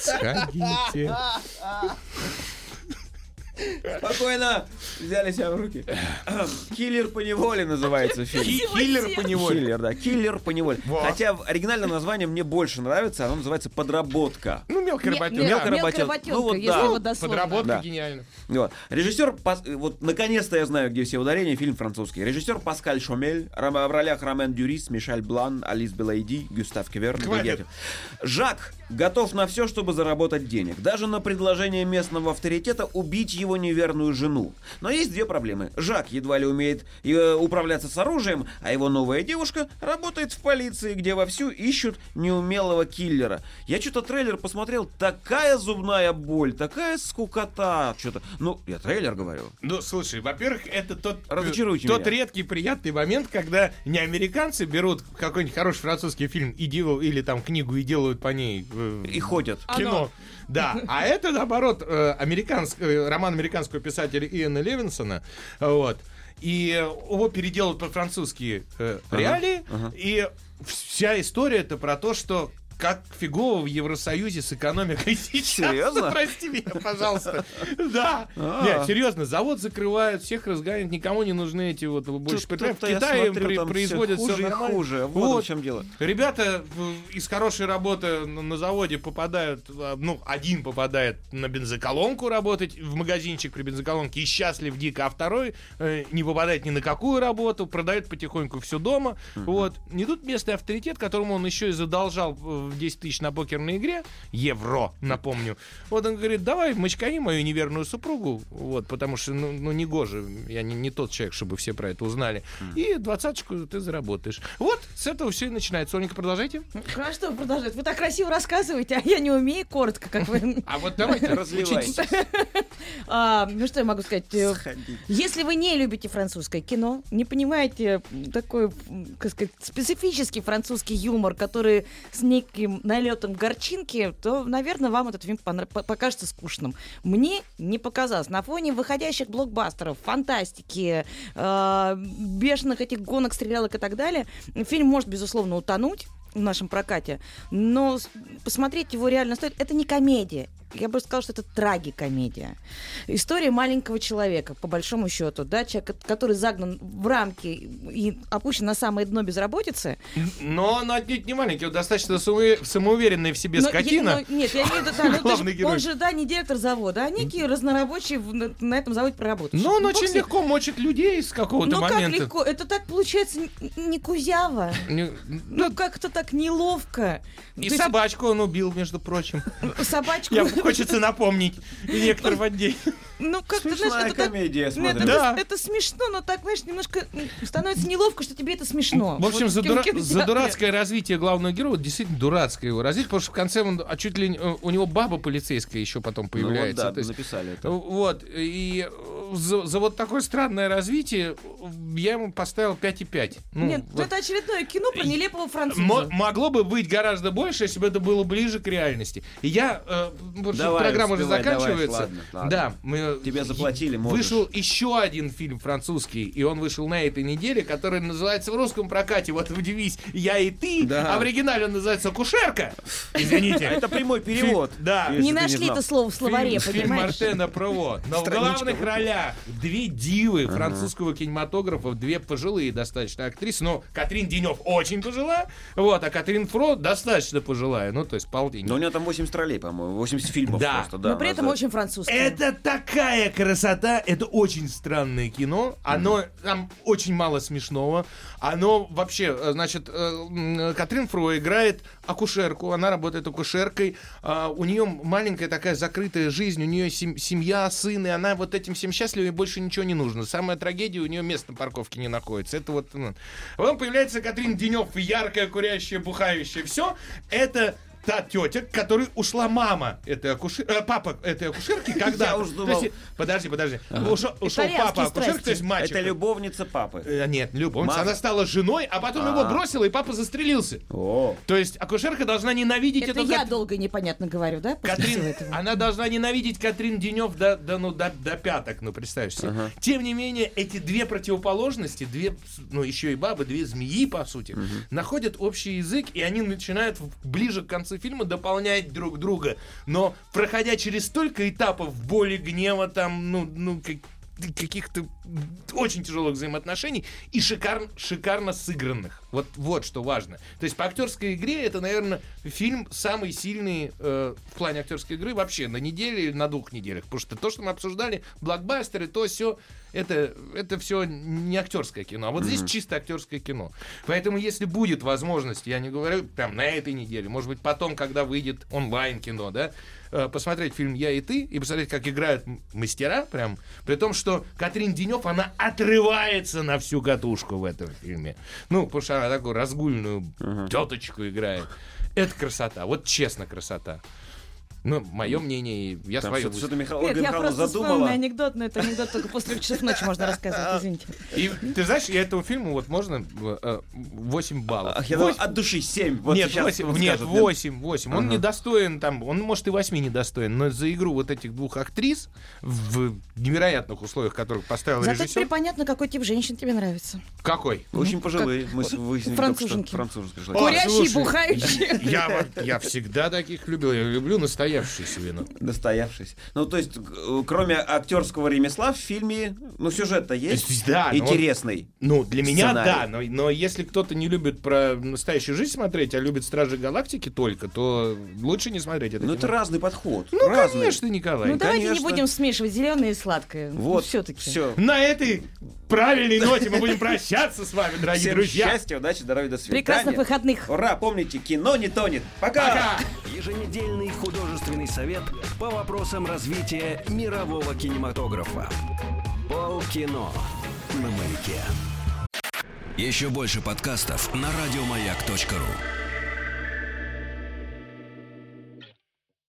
D: Сходите.
B: Спокойно взяли себя в руки. Эм, Киллер по неволе называется фильм.
D: Киллер по неволе.
B: Киллер, да, киллер по неволе.
D: Во.
B: Хотя в- оригинальное название мне больше нравится, оно называется подработка.
D: Ну, мелкая
C: Мел-
D: работенка.
B: Мелкая работенка.
C: мелкоработенка,
B: Ну вот
C: если
B: да.
C: его дословно.
D: Подработка
B: Да.
D: гениально.
B: Вот. Режиссер, Пас- э, вот наконец-то я знаю, где все ударения, фильм французский. Режиссер Паскаль Шомель, Ром- в ролях Ромен Дюрис, Мишель Блан, Алис Белайди, Гюстав Кеверн. и другие
D: Хватит.
B: актеры. Жак готов на все, чтобы заработать денег. Даже на предложение местного авторитета убить его неверную жену. Но есть две проблемы. Жак едва ли умеет э, управляться с оружием, а его новая девушка работает в полиции, где вовсю ищут неумелого киллера. Я что-то трейлер посмотрел, такая зубная боль, такая скукота. Что-то. Ну, я трейлер говорю.
D: Ну, слушай, во-первых, это тот, э,
B: Разочаруйте
D: тот
B: меня.
D: редкий приятный момент, когда не американцы берут какой-нибудь хороший французский фильм и дел- или там книгу и делают по ней э,
B: И ходят.
D: кино. Да, а это наоборот э, американск- э, роман американского писателя Иэна Левинсона, вот. И его переделывают по французские э, реалии, и вся история это про то, что как фигово в Евросоюзе с экономикой [LAUGHS] сейчас.
B: Серьезно?
D: Прости меня,
B: [LAUGHS]
D: пожалуйста. Да.
B: А.
D: Нет, серьезно, завод закрывают, всех разгоняют, никому не нужны эти вот больше
B: Тут-то
D: предприятия. В
B: я
D: Китае
B: смотрю,
D: при-
B: там всё
D: производят все
B: хуже и хуже. Вот, в чем
D: [LAUGHS]
B: дело.
D: Ребята в- из хорошей работы на на заводе попадают, а, ну, один попадает на бензоколонку работать в магазинчик при бензоколонке и счастлив дико, а второй э, не попадает ни на какую работу, продает потихоньку все дома. Вот. И тут местный авторитет, которому он еще и задолжал э, в 10 тысяч на покерной игре, евро, напомню. Вот он говорит, давай мочкани мою неверную супругу, вот, потому что, ну, ну не гоже, я не, не тот человек, чтобы все про это узнали. И двадцаточку ты заработаешь. Вот, с этого все и начинается. Оленька, продолжайте.
C: А что вы продолжаете? Вы так красиво рассказываете, а я не умею коротко, как вы.
D: А
B: [LAUGHS]
D: вот давайте
B: Разливай.
C: А, ну что я могу сказать? Э, Если вы не любите французское кино, не понимаете м, такой, м, как сказать, специфический французский юмор, который с неким налетом горчинки, то, наверное, вам этот фильм понра- по- покажется скучным. Мне не показалось. На фоне выходящих блокбастеров, фантастики, э, бешеных этих гонок, стрелялок и так далее, фильм может, безусловно, утонуть в нашем прокате, но с- посмотреть его реально стоит. Это не комедия. Я бы сказала, что это трагикомедия. История маленького человека, по большому счету, да, человек, который загнан в рамки и опущен на самое дно безработицы.
D: Но он отнюдь не маленький, он достаточно самоу- самоуверенный в себе
C: Но я-
D: скотина.
C: но нет, я имею в виду, да, ну, это
D: Главный
C: же-
D: герой.
C: он же, да, не директор завода, а некий разнорабочий в- на, на этом заводе проработавший.
D: Но он
C: Ну, бог
D: очень
C: с ним.
D: легко мочит людей с какого-то
C: Ну как
D: момента.
C: легко? Это так получается н- не кузява.
D: Не-
C: Ну как-то так неловко.
D: И
C: То есть
D: собачку он убил, между прочим.
C: собачку.
D: Я хочется напомнить некоторых отдельно.
C: Ну, как ты
B: Смешная
C: знаешь, это как-
B: комедия, я
C: Ну, это,
B: смотрю.
D: Да.
C: это- это смешно, но так, знаешь, немножко м, становится неловко, что тебе это смешно.
D: В общем,
C: Вот
D: за,
C: в
D: дура-
C: кинотеатре.
D: за дурацкое развитие главного героя, вот действительно дурацкое его развитие, потому что в конце он, а чуть ли не- э, у него баба полицейская еще потом
B: Ну вот
D: появляется.
B: да,
D: То есть,
B: написали это.
D: вот, и э, за, за вот такое странное развитие э, я ему поставил 5,5. Ну,
C: Нет,
D: вот.
C: это очередное кино про
D: И-
C: нелепого француза.
D: Мо- могло бы быть гораздо больше, если бы это было ближе к реальности. И я, э, потому что
B: Давай,
D: программа уже
B: успевай, давай,
D: заканчивается.
B: ладно, ладно.
D: Да, мы
B: Тебе заплатили,
D: и-
B: можешь.
D: Вышел еще один фильм французский, и он вышел на этой неделе, который называется в русском прокате. Вот удивись, я и ты,
B: Да.
D: а в оригинале он называется Кушерка.
B: [LAUGHS]
D: Извините.
B: Это прямой перевод.
D: Да.
B: если
C: Не
B: ты
C: нашли
B: знал.
C: это слово в словаре,
D: фильм, фильм
C: понимаешь?
D: Мартена Прово. Но в главных ролях две дивы французского кинематографа, две пожилые достаточно актрисы. Но Катрин Денев очень пожилая, вот, а Катрин Фро достаточно пожилая, ну, то есть полтинник.
B: Но у него там 80 ролей, по-моему, 80 фильмов
D: Да.
B: просто. Да,
C: Но при этом
B: назад.
C: очень французский.
D: Это такая красота, это очень странное кино, оно там очень мало смешного, оно вообще, э, значит, э, м, Катрин Фро играет акушерку, она работает акушеркой, а, у нее маленькая такая закрытая жизнь, у нее семья, сын, и она вот этим всем счастлива, и больше ничего не нужно. Самая трагедия, у нее мест на парковке не находится. Это вот... м. Потом появляется Катрин Денев, яркая, курящая, бухающая, все, это та тетя, к которой ушла мама этой акушер... э, папа этой акушерки, когда...
B: Я уж
D: То
B: думал.
D: есть, подожди, подожди. Ушел, ушел
C: Итальянские
D: папа акушерки,
C: страсти.
D: то есть мальчик.
B: Это любовница папы.
D: Э, Нет, любовница.
B: Мама.
D: Она стала женой, а потом его бросила, и папа застрелился.
B: О,
D: То есть акушерка должна ненавидеть
C: Это
D: эту
C: я
D: Кат-
C: долго и непонятно говорю, да? после всего
D: Катрин,
C: этого?
D: она должна ненавидеть Катрин Денев до, до, ну, до, до пяток, ну, представишь себе. Тем не менее, эти две противоположности, две, ну, еще и бабы, две змеи, по сути, находят общий язык, и они начинают в- ближе к концу фильма дополнять друг друга. Но, проходя через столько этапов боли, гнева, там, ну, ну, как- каких-то очень тяжелых взаимоотношений и шикарно, шикарно сыгранных. Вот, вот что важно. То есть по актерской игре это, наверное, фильм самый сильный э, в плане актерской игры вообще на неделе или на двух неделях. Потому что то, что мы обсуждали, блокбастеры, то все это, это все не актерское кино. А вот здесь чисто актерское кино. Поэтому если будет возможность, я не говорю прям на этой неделе, может быть потом, когда выйдет онлайн кино, да, э, посмотреть фильм «Я и ты» и посмотреть, как играют м- мастера прям, при том, что Катрин Денев, она отрывается на всю катушку в этом фильме. Ну, потому что она такую разгульную теточку играет. Это красота, вот честно красота. Ну, мое мнение, и я
B: Там
D: свое
B: что-то,
D: высказал.
B: что-то Миха- Ольга
C: Нет, я
B: Михайловна
C: просто вспомнила
B: задумала.
C: анекдот, но это анекдот только после трех часов ночи можно
D: А.
C: рассказывать, извините.
D: И ты знаешь, я этому фильму вот можно э, э, 8 баллов.
B: Ах, А, я
D: Восемь-
B: думал, от души 7. Вот
D: нет,
B: сейчас
D: 8,
B: вот
D: нет,
B: скажут,
D: 8, 8. Он недостоин там, он, может, и 8 недостоин, но за игру вот этих двух актрис в невероятных условиях, которых поставил
C: Зато
D: режиссер.
C: теперь понятно, какой тип женщин тебе нравится.
D: Какой?
B: Очень пожилые. Мы с- выяснили,
C: Француженки.
B: только что француженка шла.
D: О,
C: Курящие,
D: слушай,
C: бухающие.
D: Я, вот- я всегда таких любил. Я люблю настоявшееся вино.
B: Достоявшись. Ну, то есть, э, кроме актерского ремесла в фильме, ну, сюжет-то есть
D: Да, но он-
B: интересный.
D: Ну, для меня
B: Сценарий.
D: да, но, но если кто-то не любит про настоящую жизнь смотреть, а любит Стражи Галактики только, то лучше не смотреть это.
B: Ну, это
D: кино.
B: разный подход.
D: Ну,
B: разный.
D: конечно, Николай.
C: Ну давайте не
B: конечно.
C: будем смешивать зеленое и сладкое. Ну,
B: Вот,
C: все-таки.
B: Все.
D: На этой правильной ноте мы будем прощаться с вами, дорогие
B: Всем
D: друзья.
B: счастья, удачи, здоровья, до свидания.
C: Прекрасных выходных.
B: Ура, помните, кино не тонет. Пока!
D: Пока!
A: Еженедельный художественный совет по вопросам развития мирового кинематографа. Полкино на маяке. Еще больше подкастов на радиомаяк.ру.